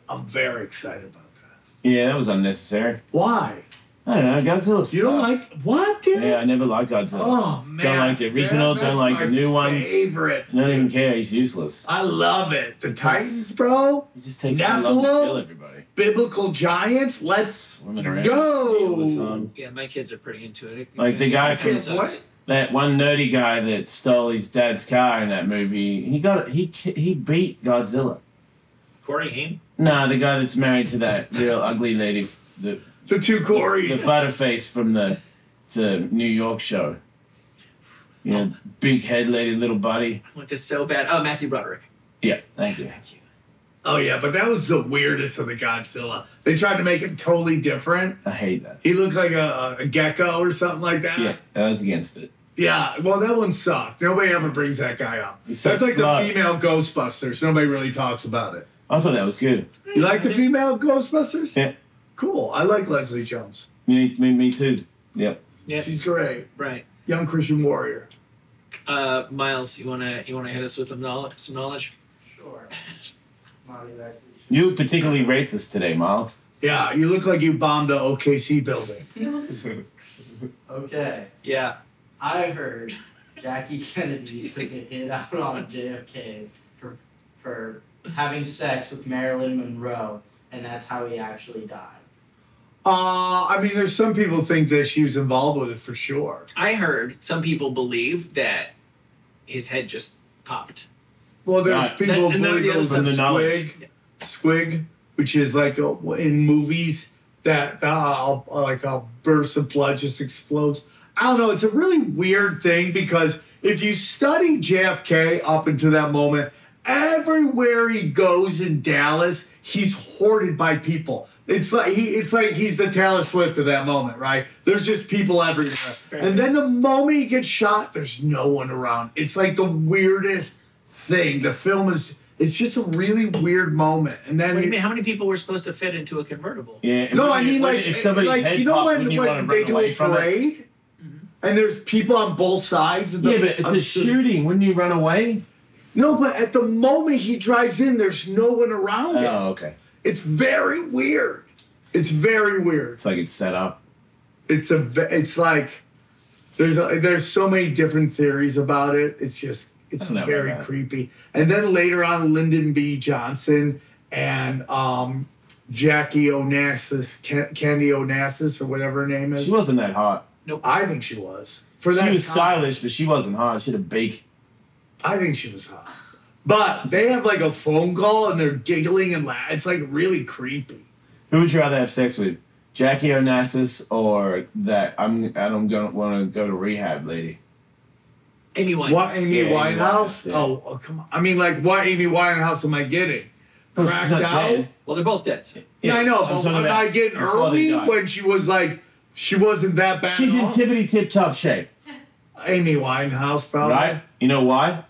S5: I'm very excited about that.
S3: Yeah, that was unnecessary.
S5: Why?
S3: I don't know. Godzilla.
S5: You don't
S3: sucks.
S5: like what, dude?
S3: Yeah, I never liked Godzilla.
S5: Oh man.
S3: Don't like the original. don't
S5: Yeah, that's
S3: like
S5: my
S3: the new ones.
S5: Favorite.
S3: I don't even care. He's useless.
S5: I love it. The Titans, bro.
S3: He just takes too long to
S5: Nephilim?
S3: kill everybody.
S5: Biblical giants. Let's
S3: Swimming around
S5: Go!
S3: all the time.
S6: Yeah, my kids are pretty into it.
S3: Like the guy from
S6: It sucks.
S5: what?
S3: that one nerdy guy that stole his dad's car in that movie. He got he ki- he beat Godzilla.
S6: Corey Haim.
S3: Nah, the guy that's married to that real ugly lady, f- the
S5: the two
S3: the
S5: Corys.
S3: butterface from the the New York show. You know, big head lady, little body.
S6: I want this so bad. Oh, Matthew Broderick.
S3: Yeah, thank you.
S5: Oh yeah, but that was the weirdest of the Godzilla. They tried to make him totally different.
S3: I hate that.
S5: He looked like a, a gecko or something like that.
S3: Yeah, I was against it.
S5: Yeah, Well, that one sucked. Nobody ever brings that guy up.
S3: He's
S5: That's
S3: so
S5: like
S3: smart.
S5: the female Ghostbusters. Nobody really talks about it.
S3: I thought that was good.
S5: You like
S6: Mm-hmm.
S5: the female Ghostbusters?
S3: Yeah,
S5: Cool. I like Leslie Jones.
S3: me, me, me too. Yep.
S6: Yeah,
S5: She's great.
S6: right.
S5: Young Christian warrior.
S6: Uh, Miles, you wanna you wanna hit us with some knowledge? Some knowledge?
S7: Sure. Not exactly.
S3: You look particularly racist today, Miles.
S5: Yeah, you look like you bombed the OKC building.
S7: Okay.
S6: Yeah.
S7: I heard Jackie Kennedy took a hit out on JFK for for having sex with Marilyn Monroe, and that's how he actually died.
S5: Uh, I mean, there's some people think that she was involved with it for sure.
S6: I heard some people believe that his head just popped.
S5: Well, there's
S3: Right.
S5: people
S6: That-
S5: who
S6: none of
S5: believe
S6: the
S5: it was
S6: other
S5: a
S3: stuff.
S5: squig, squig, which is like a, in movies that uh, like a burst of blood just explodes. I don't know. It's a really weird thing because if you study JFK up until that moment, everywhere he goes in Dallas, he's hoarded by people. It's like he, it's like he's the Taylor Swift of that moment, right? There's just people everywhere, and then the moment he gets shot, there's no one around. It's like the weirdest thing. The film is it's just a really weird moment. And then
S6: Wait a minute, how many people were supposed to fit into a convertible?
S3: Yeah. and
S5: no,
S3: what
S5: I
S3: do you-
S5: mean
S3: what
S5: like,
S3: if somebody's
S5: like
S3: head
S5: you know
S3: popped,
S5: when,
S3: wouldn't you
S5: when
S3: want to
S5: they
S3: run
S5: do
S3: away
S5: a
S3: from it?
S5: parade and there's people on both sides of the
S3: Mm-hmm. Yeah, but it's
S5: I'm
S3: a
S5: sure-
S3: shooting. Wouldn't you run away?
S5: No, but at the moment he drives in, there's no one around him.
S3: Oh, okay.
S5: It's very weird. It's very weird.
S3: It's like it's set up.
S5: It's a ve- it's like there's a, there's so many different theories about it. It's just it's
S3: don't know about
S5: very
S3: that.
S5: creepy. And then later on, Lyndon B. Johnson and um, Jackie Onassis, Ken- Candy Onassis, or whatever her name is.
S3: She wasn't that hot.
S5: I think she was. For
S3: She
S5: that
S3: was
S5: time,
S3: stylish, but she wasn't hot. She had a beak.
S5: I think she was hot. But they have like a phone call and they're giggling and la- it's like really creepy.
S3: Who would you rather have sex with, Jackie Onassis or that I'm I don't gonna want to go to rehab lady?
S6: Amy Winehouse.
S5: What Amy
S3: Yeah, Amy
S5: Winehouse?
S3: Winehouse, yeah.
S5: Oh, oh, come on! I mean, like, what Amy Winehouse am I getting? Cracked
S3: Oh, She's not
S5: out?
S3: dead.
S6: Well, they're both dead.
S5: Yeah, I
S3: I'm
S5: know. But
S3: talking
S5: am
S3: about
S5: I getting
S3: before they
S5: early
S3: die.
S5: when she was like, she wasn't that bad?
S3: She's
S5: at
S3: in
S5: all?
S3: tippity tip top shape,
S5: Amy Winehouse, probably.
S3: right? You know why?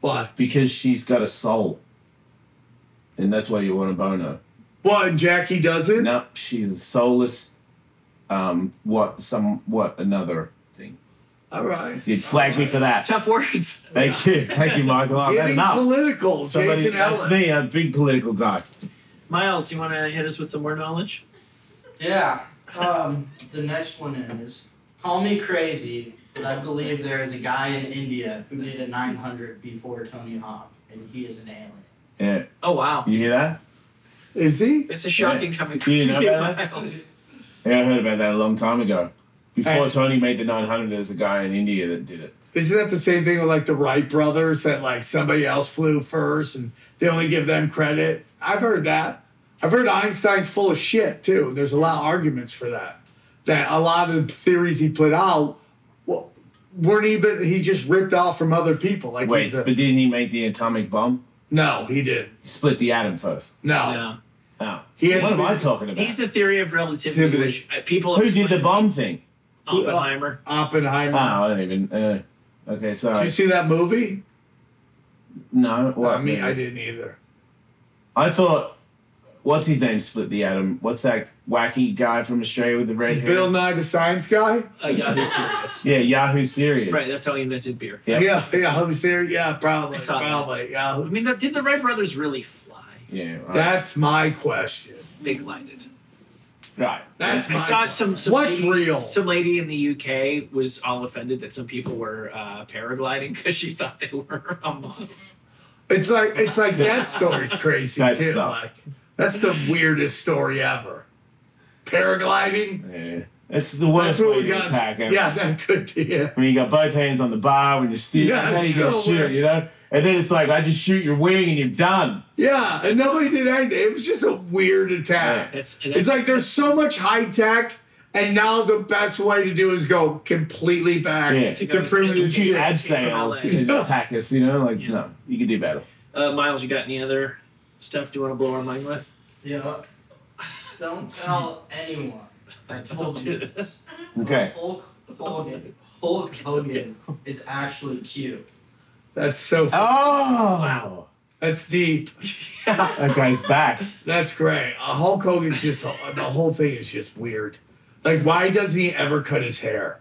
S5: What?
S3: Because she's got a soul, and that's why you want to bone her.
S5: What? And Jackie doesn't.
S3: No, she's a soulless. Um, what? Some what? Another thing.
S5: All right.
S3: You'd flag me for that.
S6: Tough words.
S3: Thank you, thank you, Michael. I've had
S5: Getting
S3: enough.
S5: political,
S3: Somebody,
S5: Jason
S3: that's
S5: Ellis.
S3: me, uh, a big political guy.
S6: Miles, you want to hit us with some more knowledge?
S7: Yeah. Um, the next one is call me crazy, but I believe there is a guy in India who did a 900 before Tony Hawk, and he is an alien.
S3: Yeah,
S6: Oh wow,
S3: you hear that?
S5: Is he?
S6: it's a shocking coming from
S3: You didn't know about that?
S6: Miles.
S3: Yeah, I heard about that a long time ago. Before
S5: Hey.
S3: Tony made the 900, there was a guy in India that did it.
S5: Isn't that the same thing with like the Wright brothers that like somebody else flew first and they only give them credit? I've heard that. I've heard Einstein's full of shit too. There's a lot of arguments for that. That a lot of the theories he put out wa- weren't even, he just ripped off from other people. Like,
S3: Wait,
S5: he's a,
S3: but didn't he make the atomic bomb?
S5: no, he did.
S3: He split the atom first.
S5: No.
S6: Yeah.
S3: Oh.
S5: He had-
S3: what am I talking about?
S6: He's the theory of relativity,
S5: Relativity.
S6: which uh, people
S3: Who did the bomb thing?
S6: Oppenheimer.
S5: Oppenheimer.
S3: Oh, I don't even. Uh, okay,
S5: Did
S3: sorry.
S5: you see that movie?
S3: no, what?
S5: I mean, I didn't either.
S3: I thought, what's his name? Split the atom. What's that wacky guy from Australia with the red hair?
S5: Bill Nye the Science Guy?
S6: Uh, Yahoo Serious.
S3: Yeah, Yahoo Serious.
S6: Right, that's how he invented beer.
S3: Yeah.
S5: Yeah, yeah, I'm serious. Yeah, probably.
S6: saw that.
S5: Probably.
S6: I
S5: Yeah.
S6: mean, that, did the Wright brothers really fly?
S3: yeah, right.
S5: That's my question.
S6: They glided.
S3: Right.
S5: That's
S6: I
S5: my
S6: saw
S5: point.
S6: some, some
S5: What's
S6: lady,
S5: real?
S6: Some lady in the UK was all offended that some people were uh, paragliding because she thought they were Hamas.
S5: It's like it's like that story's crazy
S3: That's
S5: too.
S3: the-
S5: Like that's the weirdest story ever. Paragliding.
S3: Yeah. It's the worst
S5: That's what
S3: way
S5: we
S3: to
S5: got.
S3: attack ever.
S5: Yeah, that could be. Yeah.
S3: When you got both hands on the bar, when you're steering,
S5: Yeah,
S3: then you
S5: it's
S3: go
S5: so
S3: shoot,
S5: weird.
S3: you know? And then it's like, I just shoot your wing and you're done.
S5: Yeah, and nobody did anything. It was just a weird attack.
S6: That's- that's-
S5: it's like there's so much high tech, and now the best way to do is go completely back
S3: Yeah.
S5: to
S6: To go-
S5: primitive
S6: it's- it's-
S3: You
S5: shit.
S3: ad
S6: escaped from
S3: sale
S6: LA.
S3: and attack us, you know? Like,
S6: Yeah.
S3: no, you can do better.
S6: Uh, Miles, you got any other stuff you want to blow our mind with?
S7: Yeah. Don't tell anyone. I told you this.
S3: Okay.
S7: Hulk Hogan. Hulk Hogan is actually cute.
S5: That's so. F-
S3: Oh!
S5: That's deep.
S3: That guy's back.
S5: That's great. Uh, Hulk Hogan's just the whole thing is just weird. Like, why doesn't he ever cut his hair?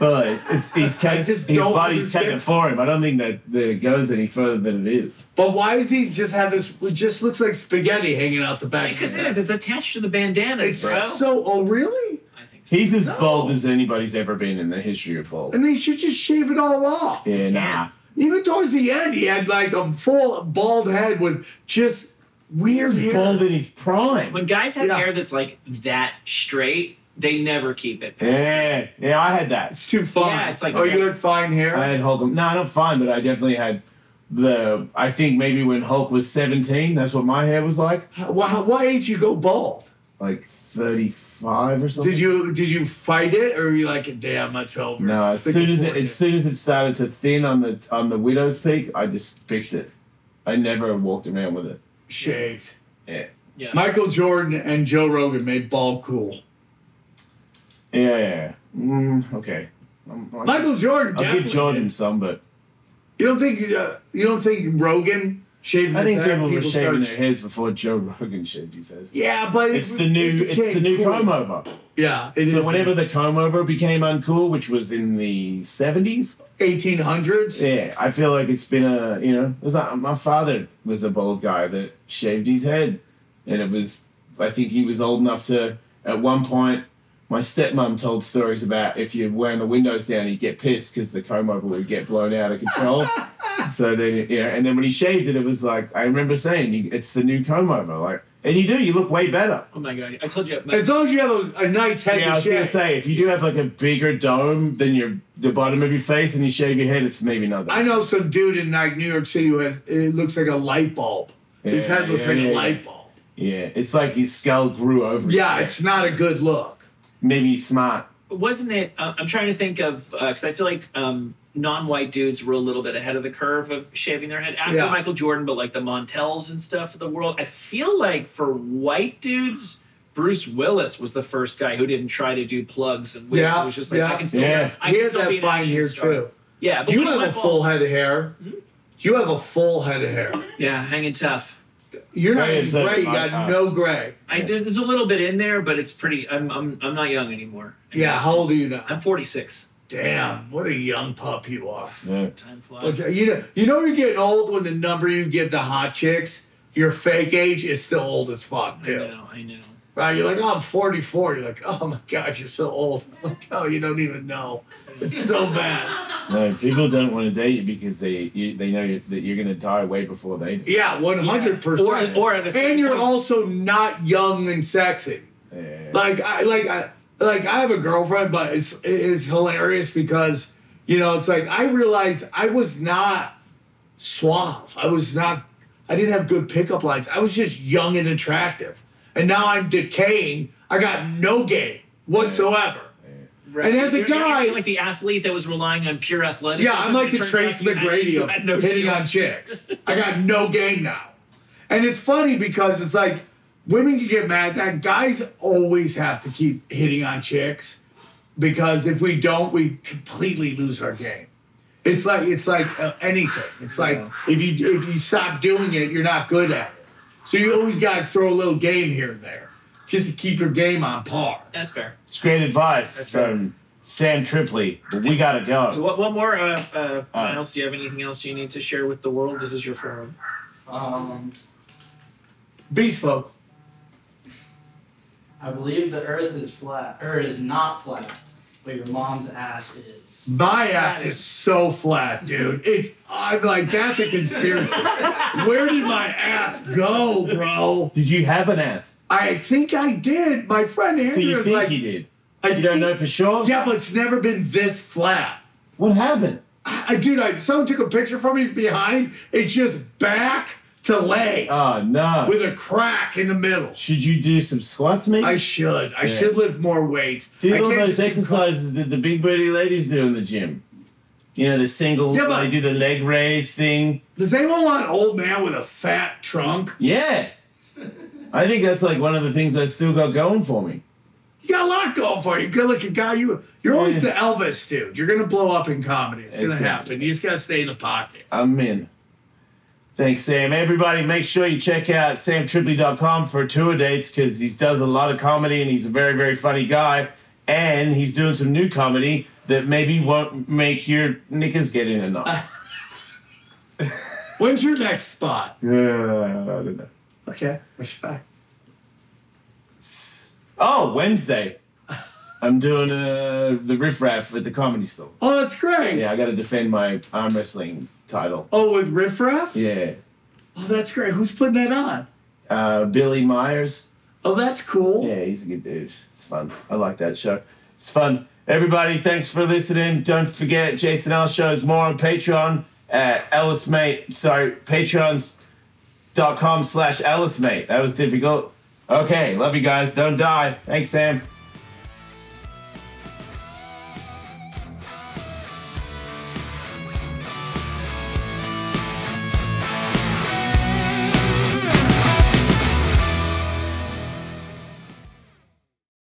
S3: But it's, he's kept, his
S5: just don't
S3: body's
S5: understand.
S3: kept it for him. I don't think that, that it goes any further than it is.
S5: But why does he just have this? It just looks like spaghetti hanging out the back. of
S6: Because
S5: his
S6: it is.
S5: head.
S6: It's attached to the bandanas,
S5: It's
S6: bro.
S5: so. Oh, really?
S6: I think so.
S3: He's as bald as anybody's ever been in the history of bald.
S5: And they should just shave it all off.
S3: Yeah, nah.
S5: Even towards the end, he had like a full bald head with just weird hair.
S3: Bald in his prime.
S6: When guys have
S5: Yeah.
S6: hair that's like that straight, they never keep it. past
S5: Eh.
S3: Yeah, yeah, I had that.
S5: It's too fine.
S6: Yeah, it's like-
S5: oh, you had fine hair.
S3: I had Hulk. No, not fine, but I definitely had the. I think maybe when Hulk was 17, that's what my hair was like.
S5: Wha- what age you go bald?
S3: Like 35 or something.
S5: Did you did you fight it or were you like, damn, it's over?
S3: No, as
S5: Sick
S3: soon
S5: of
S3: as it
S5: forgetting.
S3: as soon as it started to thin on the on the widow's peak, I just bitched it. I never walked around with it.
S5: shaved.
S3: Yeah.
S6: Yeah.
S5: Michael Jordan and Joe Rogan made bald cool.
S3: Yeah, yeah. yeah. Mm, okay. I'm- I'm-
S5: Michael Jordan.
S3: I'll give
S5: definitely
S3: Jordan
S5: did.
S3: some, but
S5: You don't think uh, you don't think Rogan shaved his
S3: I think
S5: head?
S3: people were shaving
S5: started-
S3: their heads before Joe Rogan shaved his head.
S5: Yeah, but it-
S3: It's the new
S5: it
S3: it's the
S5: became
S3: new
S5: cool.
S3: comb over.
S5: Yeah, it
S3: So
S5: is.
S3: whenever the comb over became uncool, which was in the seventies,
S5: 1800s.
S3: yeah, I feel like it's been a you know, it was like my father was a bald guy that shaved his head, and it was I think he was old enough to at one point. My stepmom told stories about if you wound the windows down, he'd get pissed because the comb over would get blown out of control. so then, you know, and then when he shaved it, it was like I remember saying, "You- "It's the new comb over." Like, and you do, you look way better.
S6: Oh my god! I told you. My,
S5: As long as you have a, a nice head
S3: Yeah, I
S5: to
S3: was gonna
S5: shave.
S3: say if you do have like a bigger dome than your the bottom of your face and you shave your head, it's maybe not that.
S5: I know some dude in like New York City who has it looks like a light bulb. His
S3: Yeah,
S5: head looks
S3: yeah,
S5: like
S3: yeah,
S5: a
S3: yeah.
S5: light bulb.
S3: yeah, it's like his skull grew over. his
S5: Yeah,
S3: head.
S5: it's not a good look.
S3: maybe he's smart.
S6: wasn't it? Uh, I'm trying to think of because I feel like um, non-white dudes were a little bit ahead of the curve of shaving their head after
S5: Yeah.
S6: Michael Jordan, but like the Montels and stuff of the world. I feel like for white dudes, Bruce Willis was the first guy who didn't try to do plugs and wigs.
S5: Yeah,
S6: it was just like
S5: yeah.
S6: I can still,
S3: Yeah.
S6: I
S5: he
S6: can
S5: has
S6: still be
S5: that
S6: an
S5: fine
S6: action
S5: hair
S6: star.
S5: too.
S6: Yeah, but
S5: You
S6: when I
S5: have a
S6: went
S5: full
S6: bald-
S5: head of hair.
S6: Hmm?
S5: You have a full head of hair.
S6: Yeah, hanging tough.
S5: You're not
S3: Gray
S5: even
S3: is like
S5: gray. You
S3: my
S5: got
S3: eye.
S5: no gray.
S6: I did. There's a little bit in there, but it's pretty. I'm I'm I'm not young anymore.
S5: Yeah, how old are you now?
S6: I'm 46.
S5: Damn, what a young pup you are.
S3: Yeah.
S6: Time flies.
S5: Okay, You know, you know, you're getting old when the number you give to hot chicks, your fake age is still old as fuck
S6: I
S5: too.
S6: know. I know.
S5: Right? You're like, oh, I'm 44. You're like, oh my God, you're so old. I'm like, oh, you don't even know. It's so bad.
S3: No, people don't want to date you because they you, they know you that you're gonna die way before they do.
S5: Yeah, 100%.
S6: Or- or at a certain
S5: and you're
S6: point-
S5: also not young and sexy.
S3: Yeah.
S5: Like, I like, I like, I have a girlfriend, but it's it is hilarious because you know, it's like I realized I was not suave. I was not. I didn't have good pickup lines. I was just young and attractive, and now I'm decaying. I got no game whatsoever.
S6: Right.
S5: And as a
S6: You're- you're-
S5: guy-
S6: you're like the athlete that was relying on pure athleticism.
S5: Yeah, I'm like
S6: It
S5: the
S6: turns
S5: Trace
S6: out you had-
S5: McGrady
S6: you
S5: of
S6: had no
S5: hitting
S6: skill.
S5: on chicks. I got no game now. And it's funny because it's like women can get mad that guys always have to keep hitting on chicks because if we don't, we completely lose our game. It's like it's like uh, anything. It's like if you if you stop doing it, you're not good at it. So you always got to throw a little game here and there just to keep your game on par.
S6: That's fair.
S3: It's great advice
S6: That's
S3: from Sam Tripley. But we gotta go.
S6: What, one more, uh, uh, Miles, do you have anything else you need to share with the world? This is your forum.
S7: Um,
S5: Beast folk.
S7: I I believe the Earth is flat, or is not flat, but your mom's ass is.
S5: My ass is so flat, dude. It's I'm like that's a conspiracy. Where did my ass go, bro?
S3: Did you have an ass?
S5: I think I did. My friend
S3: So
S5: Andrew
S3: you
S5: was
S3: think
S5: like,
S3: you did?
S5: I
S3: You don't
S5: think-
S3: know for sure.
S5: Yeah, but it's never been this flat.
S3: What happened?
S5: I, dude, I someone took a picture from me behind. It's just back to leg
S3: Oh no.
S5: with a crack in the middle.
S3: Should you do some squats, maybe?
S5: I should. I
S3: Yeah.
S5: should lift more weight. I
S3: do all
S5: can't
S3: those
S5: just be-
S3: exercises that the big booty ladies do in the gym. You know the single.
S5: Yeah, but-
S3: they do the leg raise thing.
S5: Does anyone want an old man with a fat trunk?
S3: Yeah. I think that's like one of the things I still got going for me.
S5: You got a lot going for you. Good looking guy. You you're always
S3: Yeah.
S5: the Elvis dude. You're gonna blow up in comedy. It's,
S3: It's
S5: gonna
S3: gonna-
S5: happen. You just gotta stay in the pocket.
S3: I'm in. Thanks, Sam. Everybody, make sure you check out samtripley.com for tour dates because he does a lot of comedy and he's a very, very funny guy. And he's doing some new comedy that maybe won't make your knickers get in a knot.
S5: When's your next spot?
S3: Yeah, I don't know.
S5: Okay, respect.
S3: Oh, Wednesday. I'm doing uh, the riff raff at the comedy store.
S5: Oh, that's great.
S3: Yeah, I got to defend my arm wrestling title.
S5: Oh, with Riff Raff?
S3: Yeah.
S5: Oh, that's great. Who's putting that on?
S3: Uh, Billy Myers.
S5: Oh, that's cool.
S3: Yeah, he's a good dude. It's fun. I like that show. It's fun. Everybody, thanks for listening. Don't forget, Jason L shows more on Patreon at Ellis Mate. Sorry, patreons.com slash Ellis Mate. That was difficult. Okay, love you guys. Don't die. Thanks, Sam.